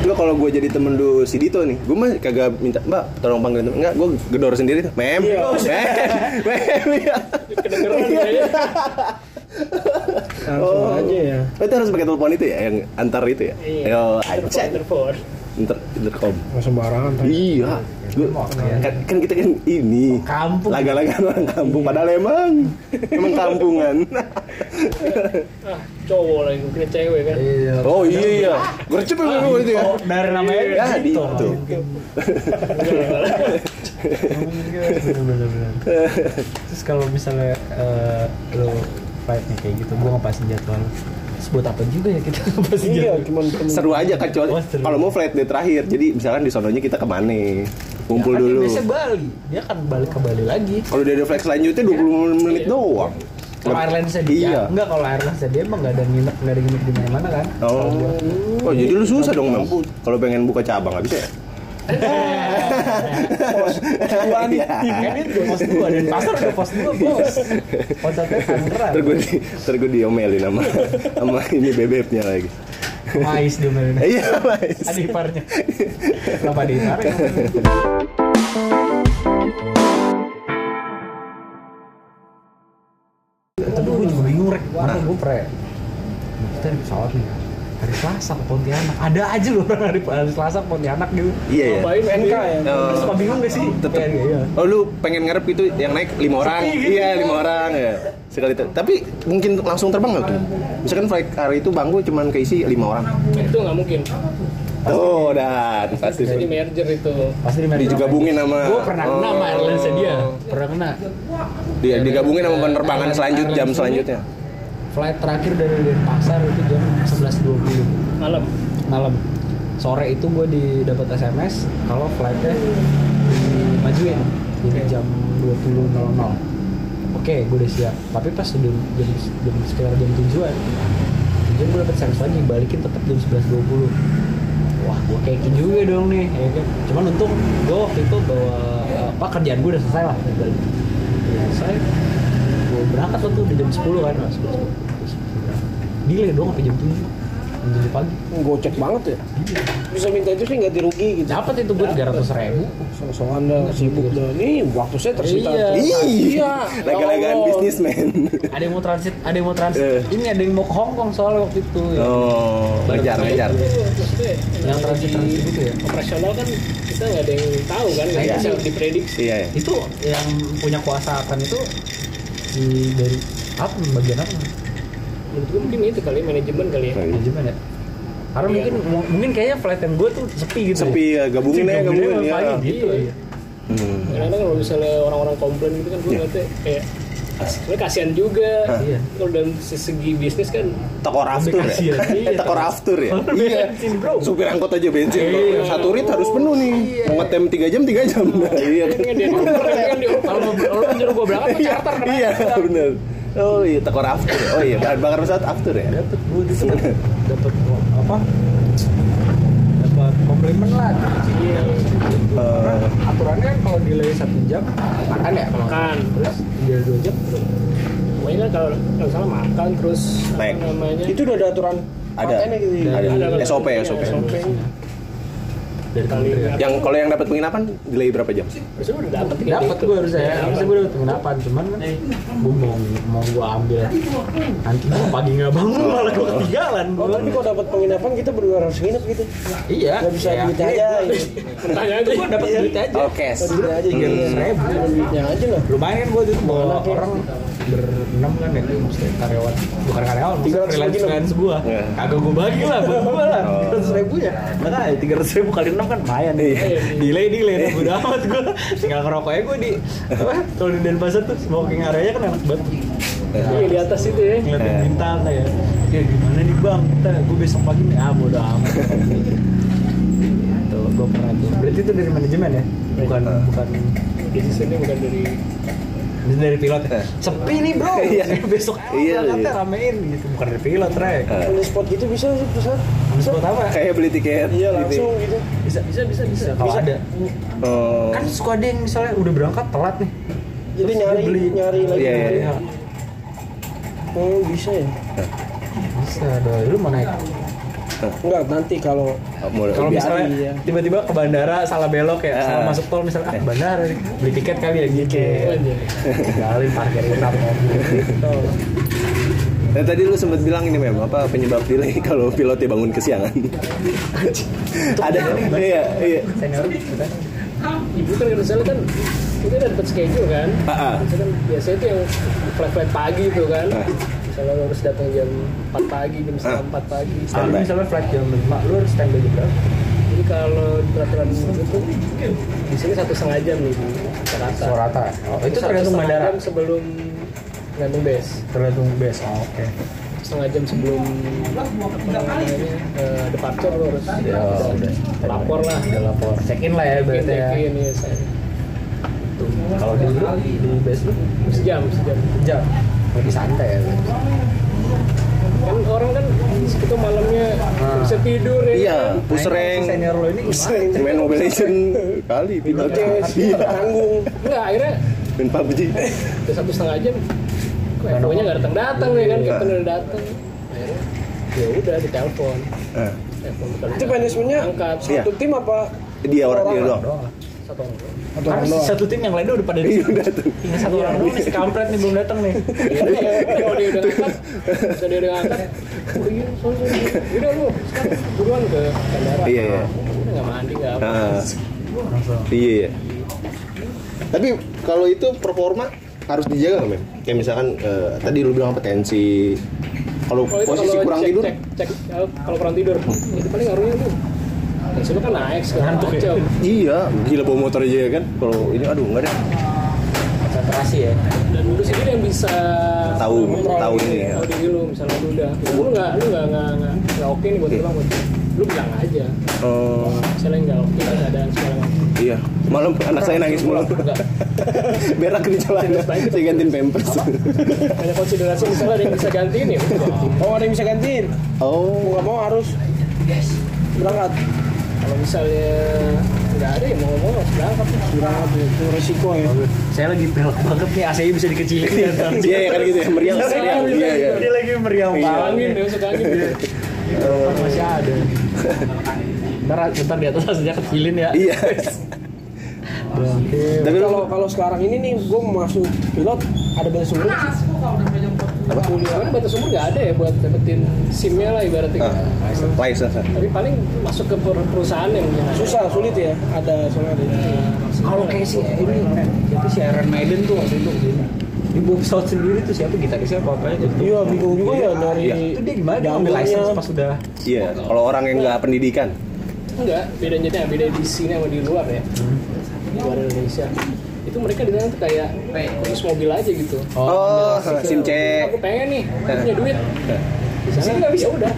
Lo kalau gue jadi temen lu si Dito nih, gue mah kagak minta, mbak tolong panggilin temen. Enggak, gue gedor sendiri tuh. Mem, Iya. mem, ya. mem, iya. Kedengeran kayaknya. langsung aja ya Oh, itu harus pakai telepon itu ya, yang antar itu ya? Iya. Yo, Interpol, anjay. Interpol. Inter, intercom. nggak sembarangan Iya. Gua- kan, kan kita kan ini. Oh, Kampung. Laga-laga orang kampung. Padahal emang. Emang kampungan. Ah, cowok lagi mungkin cewek kan. Iya. oh iya iya. Gercep emang itu ya. Dari namanya gitu. Ya, Dito. mungkin. Enggak, enggak. bener-bener terus kalau misalnya eh, lo flight nih kayak gitu gue ngepasin jadwal Terus buat apa juga ya kita ngepasin Iya, jadwal cuman temen. seru aja kan coy. Oh, seru. kalau mau flight day terakhir jadi misalkan di sononya kita ke mana kumpul Ya kan, dia dulu biasanya Bali dia kan balik ke Bali lagi kalau dari flight selanjutnya 20 menit doang Iya. kalau airline dia iya enggak kalau airline dia emang nggak ada nginep nggak ada nginep di mana mana kan oh oh jadi lu susah dong mem kalau pengen buka cabang nggak bisa ya Cuan. Iya. ini udah Kan pos dua dan pasar udah pos dua bos konsepnya Tangerang Ntar gue di, ntar gue diomelin sama sama ini bebeknya lagi. mais dia main Iya, Mas. ada iparnya kenapa ada iparnya tapi gue juga bingung rek mana gue pre kita di pesawat nih hari Selasa ke Pontianak ada aja loh orang hari, hari Selasa ke Pontianak gitu Iya ya. Baik NK ya. Oh, Terus suka bingung gak sih? tetep. Kayak, iya. Oh lu pengen ngarep itu yang naik lima orang? Sepi gitu. Iya lima orang ya. Sekali ter- tapi mungkin langsung terbang nggak tuh? Misalkan flight hari itu bangku cuman keisi lima orang. Nah, itu nggak mungkin Oh dan pasti sih. jadi merger itu Pasti di Digabungin sama Oh. Gue pernah kena sama airlines dia Pernah kena Dia digabungin sama penerbangan selanjut jam selanjutnya. Flight terakhir dari Denpasar itu jam 11.20 malam malam Sore itu gue didapat SMS Kalau flightnya dimajuin Jadi jam 20.00 Oke, gue udah siap. Tapi pas jam jam, jam sekitar jam tujuan, jam gue dapet SMS lagi balikin tetap jam 11.20. Wah, gue kayak juga dong nih. Ya kan? Cuman untung gue waktu itu bawa apa kerjaan gue udah selesai lah. Udah selesai. Gue berangkat waktu di jam 10 kan, mas. Delay dong sampai jam 7 jam 7 pagi Gocek banget ya. Bisa minta itu sih ganti rugi gitu. dapat itu gue tiga ratus ribu Sosokan dah sibuk dah. Nih waktu saya tersita. Iya. Ih, Iya, ya laga-lagaan Allah. bisnismen. ada yang mau transit ada yang mau transit Eh. ini ada yang mau ke Hong Kong soalnya waktu itu ya. Oh, ngejar ngejar. maksudnya yang lagi transit transit itu ya operasional kan kita nggak ada yang tahu kan nggak Iya. bisa diprediksi Iya ya. itu yang punya kuasa akan itu di dari apa bagian apa menurut gue mungkin itu kali manajemen kali ya iya. manajemen ya karena mungkin mu- mungkin kayaknya flight yang gue tuh sepi gitu Sepi ya, gabungin ya aja gabungin ya. paling gitu ya. Hmm. kadang-kadang kan kalau misalnya orang-orang komplain gitu kan gue Iya. ngeliatnya kayak sebenarnya kasihan juga Hah. Iya. kalau dalam segi bisnis kan Toko raftur ya? Kasihan, iya. Eh, Toko raftur ya? Iya. Supir angkot aja bensin. Iya. Satu rit harus penuh nih. Mau ngetem 3 jam, 3 jam. Nah, iya kan? ini kan dia dioper ini kan dioper kalau gua- kalau lu nyuruh gue berangkat Iya, iya bener. Oh iya, toko raftur ya? Oh iya, bahan bakar pesawat aftur ya? dapat gue gitu dapat apa dapat komplimen lah iya Eh, aturannya kan kalau delay satu jam makan ya kalau makan Kan, terus delay Iya, dua jam pokoknya kan kalau kalau salah makan terus apa Naik. namanya Itu udah ada aturan. Ada. Patennya gitu. Ada. kan? SOP, Iya, SOP. dari kali kementerian Yang kalau yang dapat penginapan delay berapa jam? harusnya udah dapat kayak dapat gitu. gue harusnya ya Iya, harusnya gue dapat penginapan cuman kan gue mau mau gue ambil nanti gue pagi nggak bangun malah gue ketinggalan Oh, tapi kalau dapat penginapan kita berdua harus nginep gitu. iya Gak bisa ya, duit akhirnya aja. gua- gitu. Tanya aja. itu gue dapat duit aja Oh, cash. Duit aja tiga gitu. ratus Hmm. Iya. ribu Duitnya aja lah. lumayan kan gue itu bawa Mana, Ki? orang berenam kan ya maksudnya karyawan bukan karyawan maksudnya 300 freelance lagi dong. freelance gue Iya. kagak gue bagi lah buat gue lah Oh. tiga ratus ribu ya nah tiga ratus ribu kali enam kan lumayan nih Iya. delay delay udah bodo amat gue tinggal ngerokoknya gue di apa kalau di Denpasar tuh smoking area kan enak banget Iya di atas itu ya. ngeliatin Eh. bintang kayak ya gimana nih bang kita gue besok pagi nih ah bodo amat Iya. tuh gue pernah tuh berarti itu dari manajemen ya bukan bukan Bisnis ini bukan dari ini dari pilot ya? Eh. Sepi nih bro, Iya. besok aja Iya, berangkatnya iya. ramein gitu Bukan dari pilot, Rek Eh, Beli spot gitu bisa sih pusat. Bisa buat apa? Kayak beli tiket. Iya gitu. langsung gitu. Bisa, bisa, bisa, bisa Kalau Bisa. ada Oh, Kan suka ada yang misalnya udah berangkat telat nih Jadi Terus dia nyari beli. nyari lagi. Iya, iya, iya. Oh bisa ya. Bisa, ada Lu mau naik Enggak nanti kalau mau- Kalau biasa. misalnya iya. tiba-tiba ke bandara salah belok ya Ah. Salah masuk tol misalnya, ah bandara nih. Beli tiket kali ya gitu Tinggalin parkir hitam mobil gitu Nah, tadi lu sempat bilang ini mem apa penyebab delay kalau pilotnya bangun kesiangan. Ada iya iya. Senior gitu kan ibu kan kalau misalnya kan kita udah dapat schedule kan. Ah, ah. Misalnya kan biasanya itu yang flight-flight pagi itu kan. Ah. Misalnya lu harus datang jam 4 pagi, jam setengah 4 Ah, pagi. lu Standby. misalnya flight jam 5, lu harus standby jam berapa? Jadi kalau di peraturan itu tuh, di sini satu setengah jam nih di Jakarta. Sorata. Oh, itu Satu tergantung setengah bandara. jam sebelum tergantung base. Tergantung base. Oh, oke. setengah jam sebelum apa namanya, eh, departure lo harus Ya, udah. lapor lah Udah lapor. Check in lah ya berarti ya. check-in ya saya Kalau di lu, di base lu sejam sejam jam lebih santai ya. berarti. kan orang kan itu malamnya Ah. bisa tidur ya Iya, kan? pusreng. Si Senior lo ini gimana? Main Mobile Legend kali pilot. Iya, tanggung nggak akhirnya main PUBG. udah satu setengah jam kok Nggak ada FO-nya nggak datang datang ya kan Iya. captain udah datang akhirnya ya udah ditelepon Eh, telepon bukan itu manajemennya angkat Iya. satu tim apa Dia orang dia doang. Doang. satu orang atau Karena si satu tim yang lain udah pada Iya di udah tuh. Iya, Tinggal satu orang doang nih, si kampret nih belum datang nih. kalau dia udah ngangkat kalau dia udah ngangkat oh iya sorry sorry udah lu sekarang buruan ke bandara Iya, iya. udah nggak mandi nggak apa Ah, Iya iya. Tapi kalau itu performa harus dijaga nggak, Mem? Kayak misalkan eh, tadi lu bilang potensi. Kalau Kalau itu posisi kalau kurang cek- tidur, cek- cek, eh, kalau kurang tidur itu paling ngaruhnya lu tensi lu kan naik segala Ngantuk ya? macam. iya gila bawa motor aja ya kan. Kalau ini aduh nggak deh. Konsentrasi ya. dan lu sendiri yang bisa Tahu, mengontrol tahu diri- ini ya. tahu diri lu misalnya lu udah lu nggak lu nggak nggak nggak nggak oke nih buat Iya. pulang buat lu bilang aja Eh, misalnya nggak oke keadaan segala macam iya. Malam anak saya nangis mulu. Nggak. Berak di celana. Saya gantiin pampers. ada konsiderasi misalnya ada yang bisa gantiin ya udah. oh ada yang bisa gantiin mau Oh. nggak mau harus berangkat kalau misalnya nggak ada ya mau ngomong harus berangkat berangkat itu resiko ya Saya lagi pelek banget nih, AC-nya bisa dikecilin. ya, Bang. Iya iya, kan gitu ya meriang meriang. Iya iya. Dia lagi meriang Iya. banget. angin ya suka angin masih ada. Ntar, ntar di atas aja kecilin ya. Iya. Tapi lu kalau kalau sekarang ini nih gue masuk pilot ada batas umur nggak sih? Sebenarnya batas umur nggak ada ya buat dapetin SIM-nya lah ibaratnya. ah, license. ah. Tapi paling masuk ke per- perusahaan yang punya. susah sulit ya ada soalnya ada Kalau kayak si ini, itu si Iron Maiden tuh waktu itu kesini. Di bawah pesawat sendiri tuh siapa gitarisnya apa apanya gitu. iya bingung juga ya nyari Iya. Itu dia gimana dia ngambil jamurnya. license pas udah Iya. Kalau orang yang nggak pendidikan. Enggak, bedanya tuh yang beda di sini sama di luar ya. Di luar Indonesia. Itu mereka di sana tuh kayak terus mobil aja gitu. Oh, sim cek. Aku pengen nih, aku punya duit. Di sana nggak bisa udah.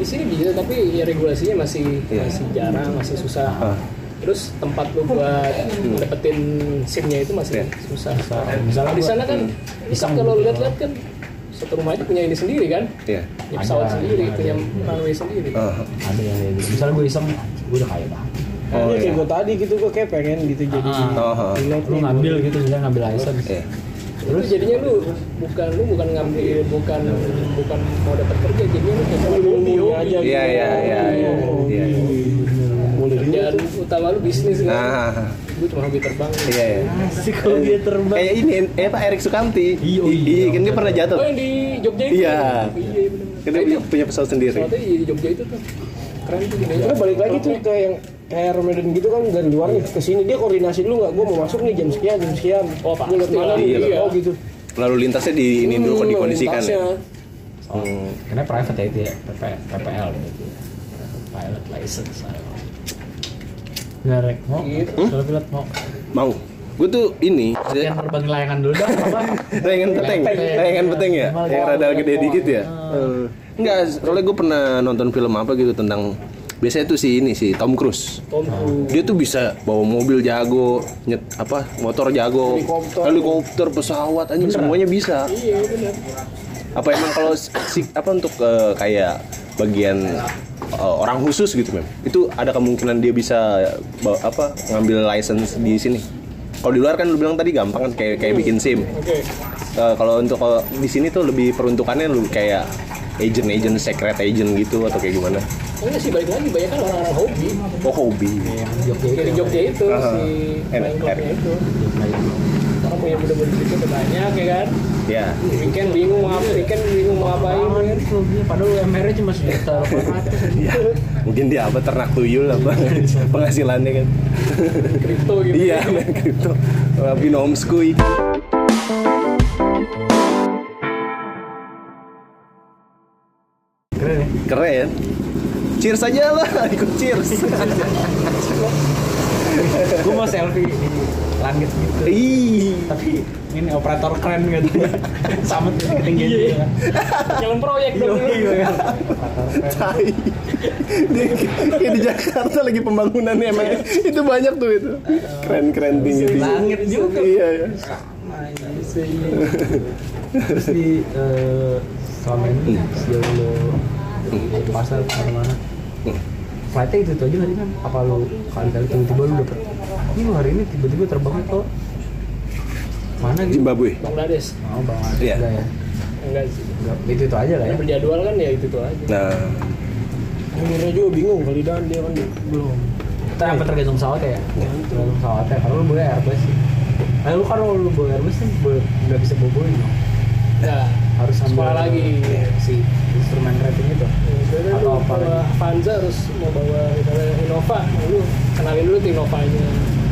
Di sini bisa tapi ya regulasinya masih Iya. masih jarang, masih susah. Ah. Terus tempat lu buat dapetin SIM-nya itu masih Iya. susah. misalnya di gua- sana kan bisa kalau lu lihat-lihat kan satu rumah aja punya ini sendiri kan Iya. punya pesawat Ada, sendiri ada. punya runway sendiri Ah. ada yang kayak gitu. Misalnya gue iseng, gue udah kaya banget. Oh, Ini kayak iya. gue tadi gitu gue kayak pengen gitu jadi Ah. Oh, ah. pilot Lu nih. ngambil gitu, misalnya ngambil license. Iya. terus jadinya lu bukan lu bukan ngambil bukan bukan mau dapat kerja jadinya lu kayak Ambil hobi ilmunya hobi aja gitu. Iya, iya, iya, iya, iya. boleh juga kerjaan utama lu bisnis kan Ah, gue cuma hobi terbang iya, iya. Asik kalau dia terbang. Kayak ini, eh Pak Erik Sukamti. Iya, I- iya. kan dia pernah jatuh. oh yang di Jogja itu Iya. iya bener. Kan dia Nah, itu punya- punya pesawat sendiri. pesawatnya di Jogja itu tuh keren tuh gini Terus Eh, balik lagi tuh ke yang kayak Ramadan gitu kan dari luar nih ke sini dia koordinasi dulu nggak gue mau masuk nih jam sekian jam sekian Oh, Gua liat pasti malam, lah. Iya, iya. Pak. oh gitu Lalu lintasnya di ini dulu Hmm, dikondisikan lintasnya. ya. Oh, karena private ya itu ya, PP, PPL gitu ya. Pilot license. Gak rek, mau? Kalau pilot mau. Mau. Gue tuh ini Yang terbang layangan dulu dong, apa? Layangan peteng, Peteng. layangan peteng ya, Emang yang ada rada yang gede pohon. dikit ya. Eh, Enggak, soalnya gue pernah nonton film apa gitu tentang biasanya tuh si ini si Tom Cruise. Tom Cruise. Dia tuh bisa bawa mobil jago, nyet, apa motor jago, Helikopter. helikopter, pesawat, anjing semuanya bisa. iya bener Apa emang kalau si, apa untuk eh, kayak bagian eh, orang khusus gitu mem? Itu ada kemungkinan dia bisa bawa- apa ngambil license di sini? Kalau di luar kan lu bilang tadi gampang kan kayak Hmm. kayak bikin SIM. oke Eh, kalau untuk eh, di sini tuh lebih peruntukannya lu kayak agent-agent secret agent gitu atau kayak gimana? Ini sih balik lagi banyak kan orang-orang hobi Oh hobi. Jogja itu. dari Jogja itu Aha. si Enak. Bangkoknya itu orang punya benda-benda itu udah banyak ya kan Ya. weekend bingung mau apa weekend bingung mau ngapain Apaan kan itu? Padahal UMR-nya cuma sejuta. 800. Ya, Mungkin dia apa ternak tuyul apa penghasilannya kan? kripto gitu Iya, main kripto. Eh, Binom skuy. Keren ya? Keren. Cheers aja lah, ikut cheers. gue mau selfie di langit gitu Ih, tapi ini operator keren gitu sama tuh ketinggian Iya. Iya, gitu kan. Jalan proyek dong dulu. operator keren tai. Di, kayak di Jakarta lagi pembangunannya emang itu banyak tuh itu. Keren-keren tinggi-tinggi. Langit juga. Iya, iya. sama ini sih. terus di eh, selama ini sejauh lo ke pasar kemana-mana flightnya itu tuh aja hari kan apa lo kali-kali tiba-tiba lo dapet ini lo hari ini tiba-tiba terbang ke mana gitu Zimbabwe. Bangladesh. mau bang Adi Iya. enggak ya Enggak sih. enggak itu itu aja lah ya Yang berjadwal kan ya itu tuh aja. Nah, Umurnya juga bingung kali dan dia kan belum. Ter apa tergantung pesawat ya? Tergantung pesawatnya. Kalau lu boleh Airbus sih. Nah, lu kalau lu boleh Airbus sih boleh- nggak bisa bobo dong. Nah, Harus ambil sekolah lagi. Iya, si instrumen rating itu. Misalnya Atau lu apa bawa lagi? Avanza harus mau bawa misalnya Innova, Nah, lu kenalin dulu tuh Innovanya.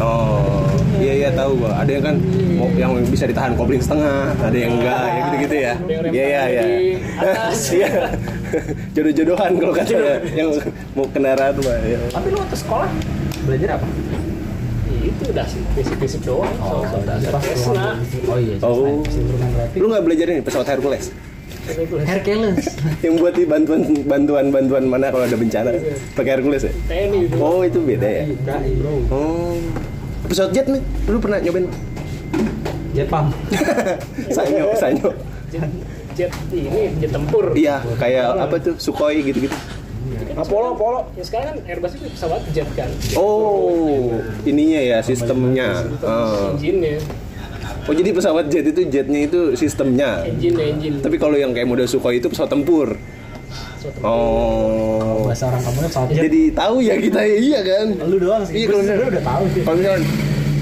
oh, iya iya tahu gua. Ada yang kan mau- yang bisa ditahan kopling setengah, ada yang enggak, ya gitu-gitu ya. Ada yang rem Iya iya tangan iya. di atas. Iya. Jodoh-jodohan kalau kata ya, yang mau kendaraan mah. ya. Tapi lu waktu sekolah belajar apa? Oh, Itu udah sih basic-basic doang. Soal-soal dasar pas Cessna. ruang- Oh iya, Oh. Cessna, instrumen rating. Lu nggak belajar ini pesawat Hercules? Hercules. yang buat di bantuan bantuan bantuan mana kalau ada bencana pakai Hercules ya TNI itu. oh itu beda ya Iya, Brai, bro. oh pesawat jet nih lu pernah nyobain Jepang. sanyo sanyo Jet, jet ini jet tempur. iya kayak apa tuh Sukhoi gitu gitu Apollo, Apollo. Ya sekarang kan Airbus itu pesawat jet kan. oh ininya ya sistemnya oh. Engine-nya, oh jadi pesawat jet itu jetnya itu sistemnya engine-nya, engine. tapi kalau yang kayak model Sukhoi itu pesawat tempur Pesawat tempur. oh Bahasa orang kamu kan pesawat jet. jadi tahu ya kita ya, iya kan Lu doang sih. Iya, Gua kalau sebenarnya bener. udah tahu sih. kalau misalkan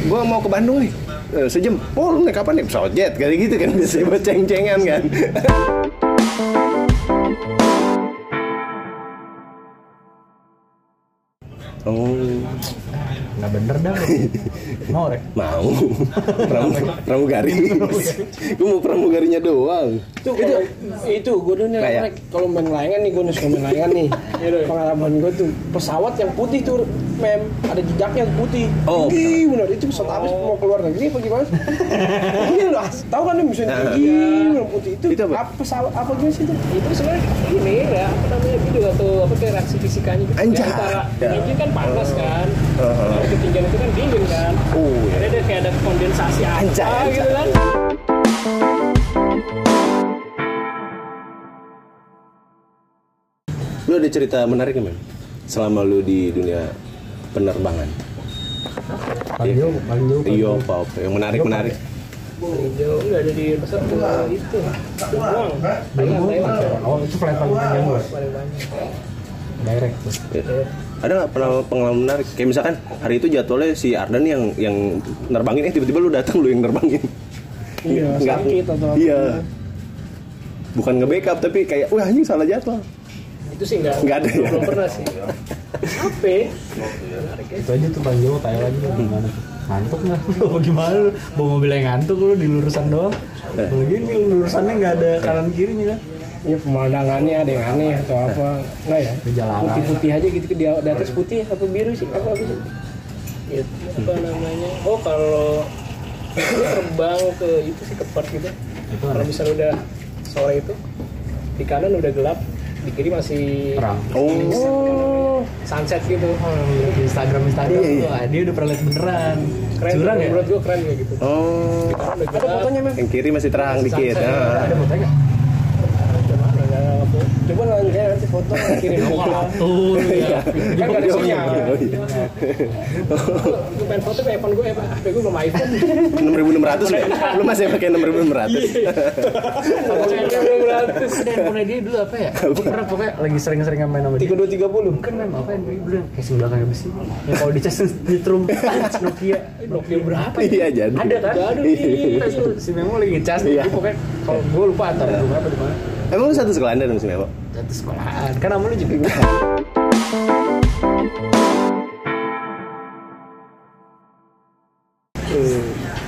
gue mau ke Bandung nih eh, sejam oh lu naik kapan nih pesawat jet kayak gitu kan biasanya buat ceng-cengan kan oh Enggak bener dah. lu. Mau rek. mau Oh, iya. Pramu, pramugari gue mau pramugarinya doang Itu kalau, itu gue dulu nih Kayak? Rek. kalau main layangan nih gue nih suka main layangan nih. Iya, doi. Pengalaman gue tuh pesawat yang putih tuh mem ada jejaknya yang putih. Oh, Tinggi benar itu pesawat habis Oh. mau keluar negeri apa gimana? Iya lah, tahu kan yang misalnya Nah. tinggi benar putih itu. Itu apa? pesawat apa gimana sih itu? itu sebenarnya ini ya apa namanya itu juga tuh apa kayak reaksi fisikanya gitu Anjay. Di antara Ya. Uh-huh. dingin kan panas kan Heeh. Nah, ketinggian itu kan dingin kan Oh, iya. Akhirnya dia kayak ada kondensasi apa Anjay, anjay. gitu kan lu ada cerita menarik nggak men selama lu di dunia penerbangan Paling jauh, paling jauh. paling iya ya? jauh. apa apa yang menarik menarik jauh nggak ada di besar tuh itu doang Belum gua pakai orang. Oh, itu flight paling panjang gua. paling banyak Direct tuh. Ya. Ada nggak pernah pengalaman menarik? Kayak misalkan hari itu jadwalnya si Ardan yang yang nerbangin, eh tiba-tiba lu datang lu yang nerbangin. Iya, Nggak- sakit atau apa. Iya. Bukan nge-backup tapi kayak, wah anjing salah jadwal. itu sih nggak Nggak ada ya? belum pernah sih apa ya? itu aja tuh paling jauh Thailand juga gimana tuh ngantuk nggak lu Apa gimana lu bawa mobil yang ngantuk lu di lurusan doang kalau gini lurusannya nggak ada kanan kirinya kan Iya pemandangannya ada yang aneh atau apa? Enggak ya. Di jalanan. Putih-putih aja gitu di, di atas putih apa biru sih apa gitu. apa sih? Ya, apa namanya oh kalau lu terbang ke itu sih ke Perth gitu itu kalau harus misalnya udah sore itu di kanan udah gelap di kiri masih perang Oh. sunset gitu di Instagram Instagram Iya, iya. tuh ah, dia udah pernah lihat beneran keren curang ya menurut gue keren kayak gitu Oh. udah Ada fotonya mem. Yang kiri masih terang dikit. ada Nah. fotonya nggak Coba nanti nanti foto Iya. kirim. tuh ya Kan gak ada sinyal. Oh, iya. gue pengen foto ke iPhone gue ya pak HP gue belum iPhone 6.600 ya? Lu masih pakai 6.600? sama kayaknya belum gratis Terus dan punya dia dulu apa ya? Gue pernah pokoknya lagi sering-sering main sama dia Tiga dua tiga puluh. Bukan mem, apa yang dia bilang? Kayak sebelah kayak besi Ya kalau dicas nyetrum Nokia Nokia berapa ya? Iya jadi. Ada kan? Iya. Ada si Memo lagi ngecas nih. Iya. Gue pokoknya kalau gue lupa antar gue apa di mana. Emang lu satu sekolahan dan sini apa? Satu sekolahan. Kan sama lu juga.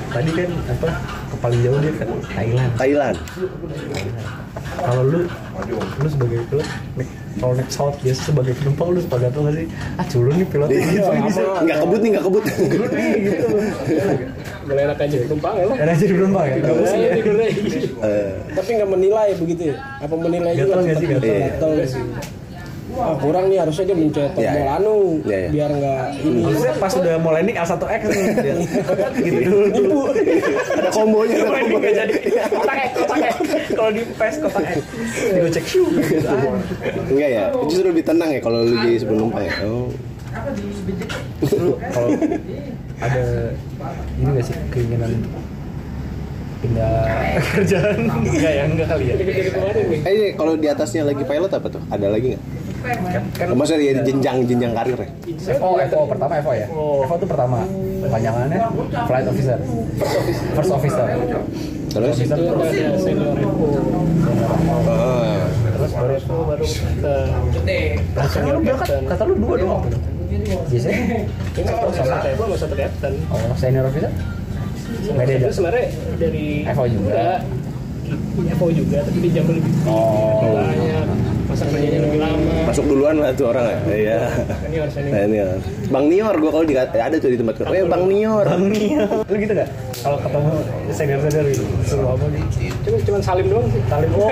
Tadi kan apa ke paling jauh dia ke Thailand Thailand kalau lu lu sebagai pilot naik- kalau naik pesawat biasa sebagai penumpang lu suka gatel gak sih ah culun nih Iya. pilotnya bisa bisa nggak kebut nih nggak kebut boleh enak aja tumpang ya lah ada aja di penumpang ya Boleh aja tidur aja. Eh, tapi nggak menilai begitu ya apa menilai Gatel juga nggak sih, tetap gatel? gatel sih ah kurang nih harusnya dia mencet Iya, tombol iya. anu Iya, iya. biar nggak ini Harusnya pas udah mau landing L1X nih dia. gitu dulu nipu ada kombonya ada Landing kombonya nggak jadi kotak X kotak X kalau di PES kotak X digocek shu gitu ah. enggak ya justru lebih tenang ya kalau lu jadi penumpang ya oh kalau ada ini gak sih keinginan untuk pindah kerjaan enggak ya enggak kali ya Jadi kemarin nih eh ini kalau di atasnya lagi pilot apa tuh ada lagi nggak kan, kan maksudnya ya jenjang jenjang karir ya FO FO pertama FO ya FO itu pertama panjangannya flight officer first officer terus officer itu terus ada senior aku Ah, terus baru aku baru Nah. kita Lah, kan lu bilang kan kata lu dua doang biasanya ini kalau sama saya gua nggak usah kelihatan oh senior officer ya? nggak ada itu aja sebenarnya dari FO juga. Enggak. FO juga tapi di jam lebih oh banyak masa kerjanya lebih lama masuk duluan lah tuh orang ya iya senior senior senior bang Nior gue kalau di ada tuh di tempat gue eh bang Nior lu gitu gak kalau ketemu senior senior gitu suruh apa nih cuma cuma salim doang sih Salim. Oh,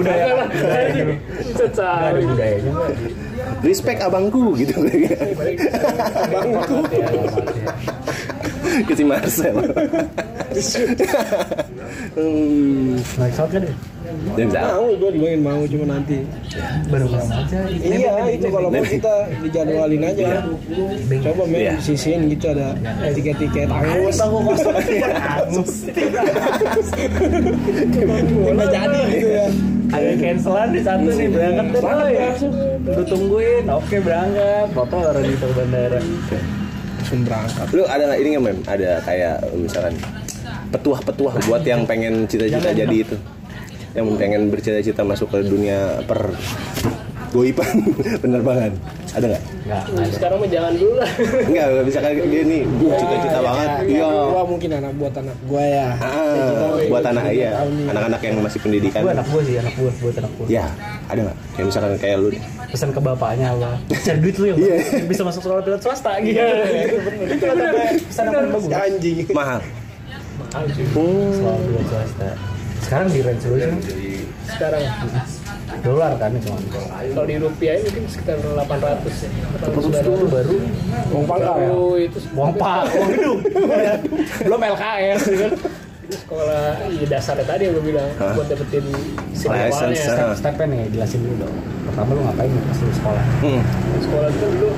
budaya. Enggak lah. Budaya gitu. dulu. Bisa Nggak ada salim budayanya Mbak. respect abangku gitu bangku ke si Marcel hmm. naik pesawat kan ya Dia bisa mau gue dibilangin mau cuma nanti baru pulang aja iya itu kalau mau nebeng. kita dijadwalin aja coba Iya. main sisiin gitu ada tiket-tiket angus nggak jadi gitu ya ada cancelan di satu nih berangkat deh boy gue tungguin oke berangkat foto taruh di tol bandara langsung berangkat lu ada nggak ini nggak mem ada kayak misalkan petuah-petuah buat yang pengen cita-cita jadi itu yang pengen bercita-cita masuk ke dunia per goipan penerbangan ada nggak nggak nggak ada sekarang mah jangan dulu lah nggak bisa kayak dia nih cita-cita banget iya gua mungkin anak buat anak gua ya ah, buat anak gitu. iya anak-anak yang masih pendidikan gue anak gue sih anak gue buat anak gue ya ada nggak kayak misalkan kayak lu deh. pesan ke bapaknya apa cari duit lu yang Iya. bisa masuk sekolah pilot swasta Ya, gitu itu bener pesan apa yang bagus anjing mahal sekolah pilot swasta sekarang di range lu sih sekarang dolar kan itu dolar kalau di rupiah mungkin sekitar 800 ya 400 dulu baru uang pangkal ya baru itu uang pak uang gedung belum LKS gitu kan Itu sekolah ya dasarnya tadi yang gue bilang Hah? buat dapetin sim License, awalnya ah. step nih jelasin dulu dong pertama lu ngapain pas lu sekolah Hmm. sekolah itu dulu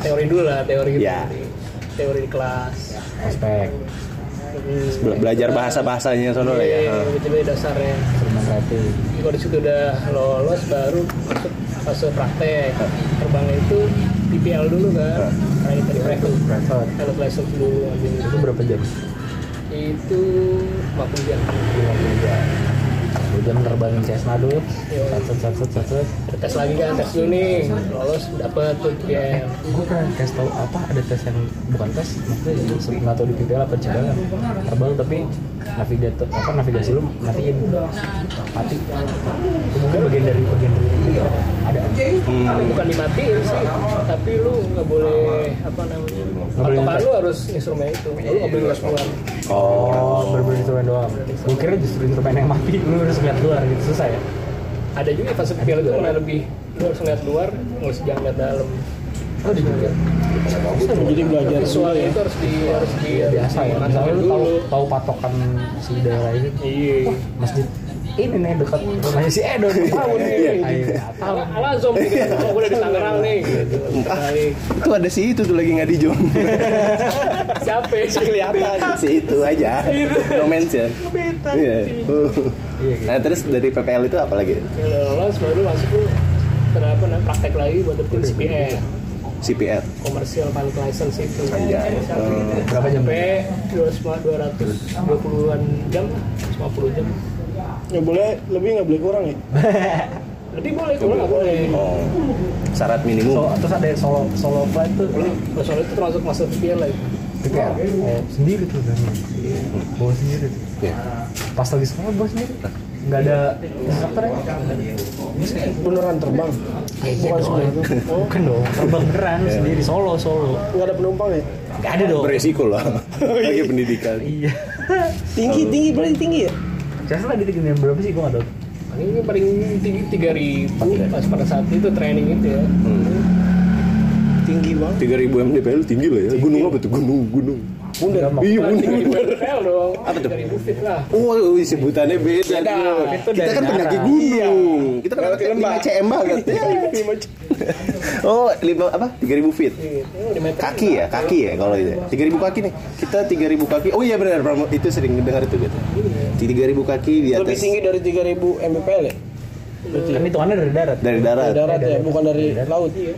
teori dulu lah teori gitu Ya. teori di kelas ospek Bela- belajar bahasa bahasanya sono lah ya ya Heeh. gitu dasarnya instrumen rating kalau di situ udah lolos baru masuk fase praktek terbang itu PPL dulu kan nah itu di private Bradford pilot license dulu ambil itu berapa jam? itu 50 jam 50 jam Dua jam nerbangin Cessna dulu Iya. Satset satset satset Ada tes lagi kan tes dulu nih lolos dapet tuh Eh, PPL gue pengen kasih tau apa ada tes yang bukan tes maksudnya ya, se- nggak tau di PPL apa cadangan terbang tapi navigator apa navigasi lu matiin mati itu mungkin bagian dari bagian dari PPL. ada Tapi bukan dimatiin sih tapi lu nggak boleh apa namanya boleh patokan ngetes. lu harus instrumen itu lu nggak boleh ngeliat keluar oh berbeda instrumen doang gue kira justru instrumen yang mati lu harus lihat luar gitu susah ya ada juga fase piala itu malah lebih lu harus ngeliat luar nggak usah jangan ngeliat dalam oh di juga jadi belajar ya. visual Iya. itu harus di harus di biasa ya misalnya lu tahu tahu patokan si daerah ini iya masjid ini nih dekat rumahnya si Edo nih tahu Iya. nih ayo apa Al Alazom nih, kita ketemu, gue udah di Tangerang nih gitu. Sekali. itu ada si itu tuh lagi nggak dijom Siapa ya? kelihatan si itu aja no mention iya Iya, gitu. nah terus dari PPL itu apa lagi Kalau lolos baru masuk lu terapa nah, praktek lagi buat dapetin CPR CPR komersial pilot license itu Iya. Eh, berapa jam sampai 220-an jam lah, 50 jam nggak boleh lebih nggak boleh kurang ya lebih boleh kurang nggak boleh oh syarat so, minimum terus ada yang solo solo flight tuh Kalau soal itu termasuk masuk piala itu PKL bawa Eh, sendiri tuh dalamnya bawa sendiri tuh Iya. pas lagi sekolah bawa sendiri nggak ada instruktur ya beneran terbang bukan semua itu bukan dong terbang beneran sendiri solo solo nggak ada penumpang ya nggak ada dong Beresiko lah. Lagi pendidikan. Oh, iya tinggi tinggi berarti tinggi ya jasa tadi tinggi berapa sih gua nggak tahu Ini paling tinggi tiga ribu ya? pas pada saat itu training itu ya. tinggi banget 3000 mdpl tinggi lah ya. Gunung apa tuh? Gunung, gunung. Bunda Iya, Tiga gunung. ribu level dong. Apa tuh? Tiga ribu feet lah. Oh, sebutannya beda. Beda. Bro. Itu Kita dari kan darat. pendaki gunung. Kita kan Kalau pendaki film, 5 cm banget. Ya. Oh, lima apa? 3000 feet. Lima meter. Kaki ya, kaki ya kalau itu. 3000 kaki nih. Kita 3000 kaki. Oh iya benar, Pramono. itu sering dengar itu gitu. 3000 kaki di atas lebih tinggi dari 3000 mbpl ya kan hitungannya dari darat dari dari darat. darat ya bukan dari laut Iya.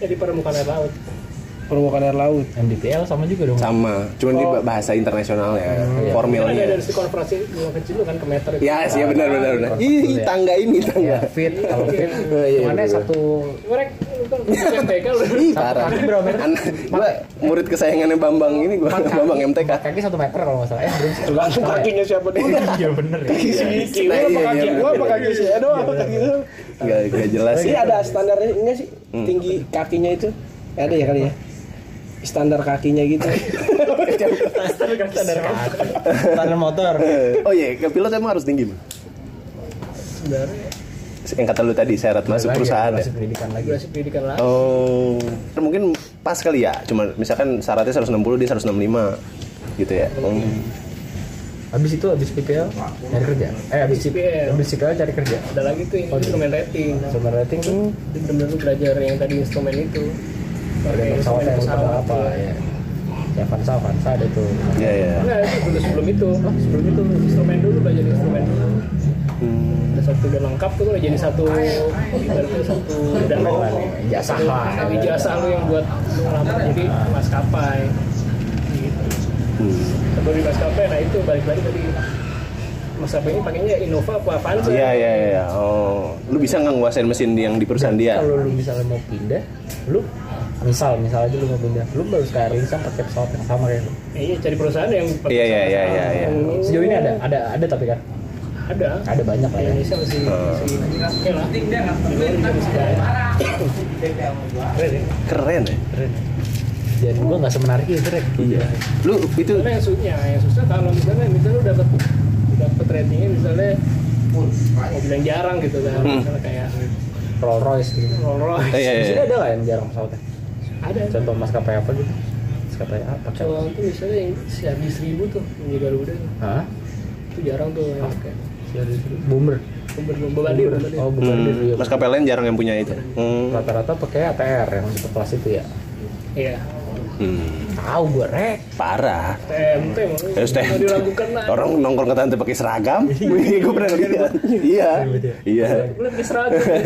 Jadi permukaan air laut. permukaan air laut MDPL sama juga dong Sama, cuman di bahasa ya, internasionalnya, Oh, iya. Kan ada formalnya. dari si konversi dua kecil lu kan ke meter. itu. Ya, sih ya benar benar benar. Ih, tangga ini ya tangga. fit kalau fit Oh, iya, bener. hitungannya satu Mereka lu kan bukan TK lu. Ih, parah. kaki berapa meter? Anak- Gua murid kesayangannya Bambang ini gua Bambang MTK. empat kaki satu meter kalau nggak salah ya belum sih. langsung Salah ya? kakinya siapa deh iya bener ya kaki Nah, gua iya, apa iya, kaki bener, gua apa bener. kaki saya doang gitu. apa kaki lu Gak, gak jelas Tapi ya. ada standarnya enggak sih tinggi kakinya itu? Ada ya kali ya? Standar kakinya gitu. standar kaki standar motor Oh iya, ke pilot emang harus tinggi, Bang. Yang kata lu tadi syarat masuk Lagi, perusahaan ya. masuk pendidikan lagi Durasi pendidikan lah. Oh, mungkin pas kali ya. Cuma misalkan syaratnya 160 dia 165 gitu ya. Oh. habis itu habis PPL cari kerja eh habis PPL. CPL habis CPL cari kerja Ada lagi tuh yang instrumen rating. Sumber rating tuh Itu benar-benar lu belajar yang tadi instrumen itu. dari Pakai pesawat yang instrumen pesawat. udah apa ya ya Avanza Avanza ada tuh Iya, iya. Nah, itu dulu sebelum itu. Sebelum itu instrumen dulu belajar instrumen dulu. Hmm. Udah satu udah lengkap tuh udah jadi satu ibaratnya satu udah Keren nih, ijazah Oh, lah gitu. Tapi jasa lu yang buat lu ngelamar jadi maskapai. Gitu. Hmm. Sebelum di maskapai, nah itu balik-balik tadi maskapai ini pakainya Innova apa Avanza. Iya, iya, iya. Oh, lu bisa nggak nguasain mesin yang di perusahaan dia? kalau lu misalnya mau pindah lu misal misal aja lu mau pindah lu baru sekali bisa pakai pesawat yang sama kayak lu Eh, Iya, cari perusahaan yang pakai Iya, iya, sama-sama. iya, iya, iya. sejauh ini ada ada ada tapi kan Ada. Iya, ada banyak lah ya Indonesia masih Oh. masih oke lah. Memang kita masih ada. Keren ya. Keren ya. keren dan gua nggak semenarik itu rek iya Lu itu Karena yang susah, yang susah kalau misalnya misalnya lu dapat dapat ratingnya misalnya mau bilang jarang gitu kan, Hmm. misalnya kayak Rolls Royce gitu Rolls Royce. Eh, iya, di iya, sini iya. ada nggak yang jarang pesawatnya Ada. contoh maskapai apa gitu maskapai apa Soal tuh misalnya yang si habis seribu tuh yang Garuda tuh. Hah? itu jarang tuh yang pakai. Boomer. Bombardier, bombardier, bombardier. Oh, Bombardier. hmm, iya. maskapai lain jarang yang punya itu. Hmm. Rata-rata pakai ATR yang untuk kelas itu ya. Iya. Hmm. Tahu gue rek. Parah. TMT emang. Terus teh. Nggak diragukan lah. Eh, Orang nongkrong ke tante pakai seragam. Wih, gue pernah lihat. Iya. Iya. Belum diseragam. ya.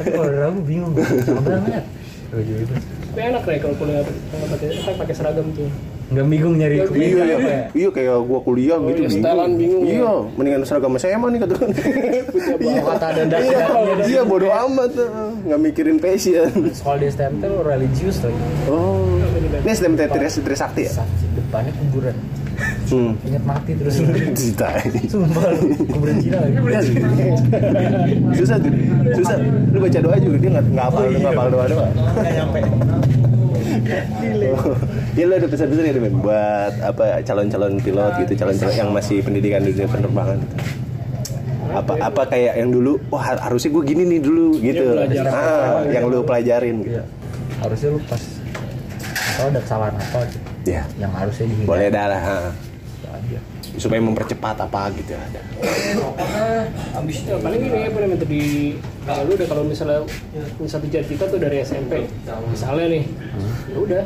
Tapi kalau dari aku bingung gue. Sabar banget. Gua juga. gitu. Tapi enak deh kalau kuliah kalau pakai kan pakai seragam tuh. Nggak bingung nyari Iya, kuliah Iya, apa iya, ya. iya kayak gua kuliah gitu iya, setelan bingung ya. Iya, mendingan seragam saya mah nih kata Iya, kata ada dasi- Iya, dasi- iya bodoh amat tuh. Nggak mikirin passion. Sekolah di STM tuh religius lagi. Oh. Ini STM Tris Trisakti ya? Saksi depannya kuburan. Hmm. Ingat mati terus lu. Cita. Sumpah lu. Kuburan Cina lagi. Susah tuh. Susah. Lu baca doa juga dia nggak nggak hafal, nggak hafal doa doa. Nggak nyampe. Ya lu ada pesan-pesan ya Demen buat apa calon-calon pilot gitu, calon-calon yang masih pendidikan di dunia penerbangan gitu. Apa apa kayak yang dulu wah har- harusnya gue gini nih dulu gitu. belajar. Ah, yang lu pelajarin gitu. Iya. Harusnya lu pas kalau ada kesalahan apa gitu. Ya. Yang harusnya dihindari. Boleh dah lah. ha. Itu aja. Supaya mempercepat apa gitu ada. Habis itu paling gini ya paling itu di kalau lu udah kalau misalnya misal tujuan kita tuh dari SMP. Misalnya nih. Ya udah.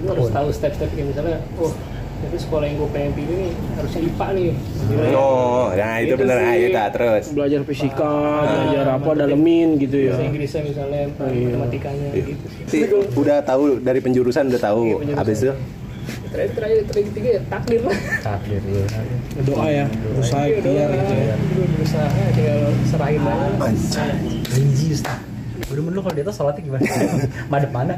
Lu harus tahu step-step kayak misalnya oh jadi sekolah yang gue pengen pilih nih harusnya IPA nih. Nilainya Oh, nah itu, Itu bener. sih. Ah, itu terus. Belajar fisika, belajar apa dalemin gitu iya. ya. bahasa Inggrisnya misalnya matematikanya gitu. Si, udah tahu dari penjurusan udah tahu. Iya, penjurusan. Habis itu Terakhir terakhir terakhir ketiga ya takdir lah. Takdir lu. Doa ya, usaha Iya, ikhtiar gitu ya. Lu berusaha tinggal serahin aja. anjay. Religius. Bener-bener lu kalau di atas sholatnya gimana? Madep mana?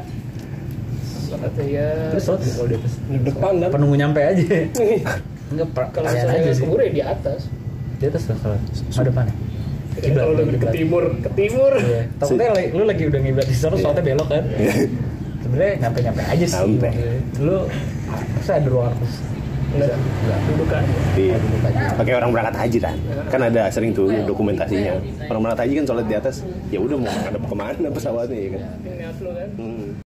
Atau ya Terus sholat nggak kalau di atas? Di depan dan Apa nunggu nyampe aja? Enggak, pra- kalau kalian aja misalnya sih. keburu ya di atas. Di atas lah sholat. Sama depan ya? Ya, kalau lu ke timur, ke timur. Iya. Takutnya lagi- lu lagi udah ngiblat di Iya. sana, sholatnya belok kan? Sebenarnya nyampe-nyampe aja sih. Sampai. Lu, masa ada ruang khusus? Iya. Enggak, enggak dudukan. Iya. Pakai orang berangkat haji kan. Kan ada sering tuh dokumentasinya. Orang berangkat haji kan sholat di atas. Ya udah mau ngadep kemana pesawatnya ya kan. Ini upload kan. Hmm.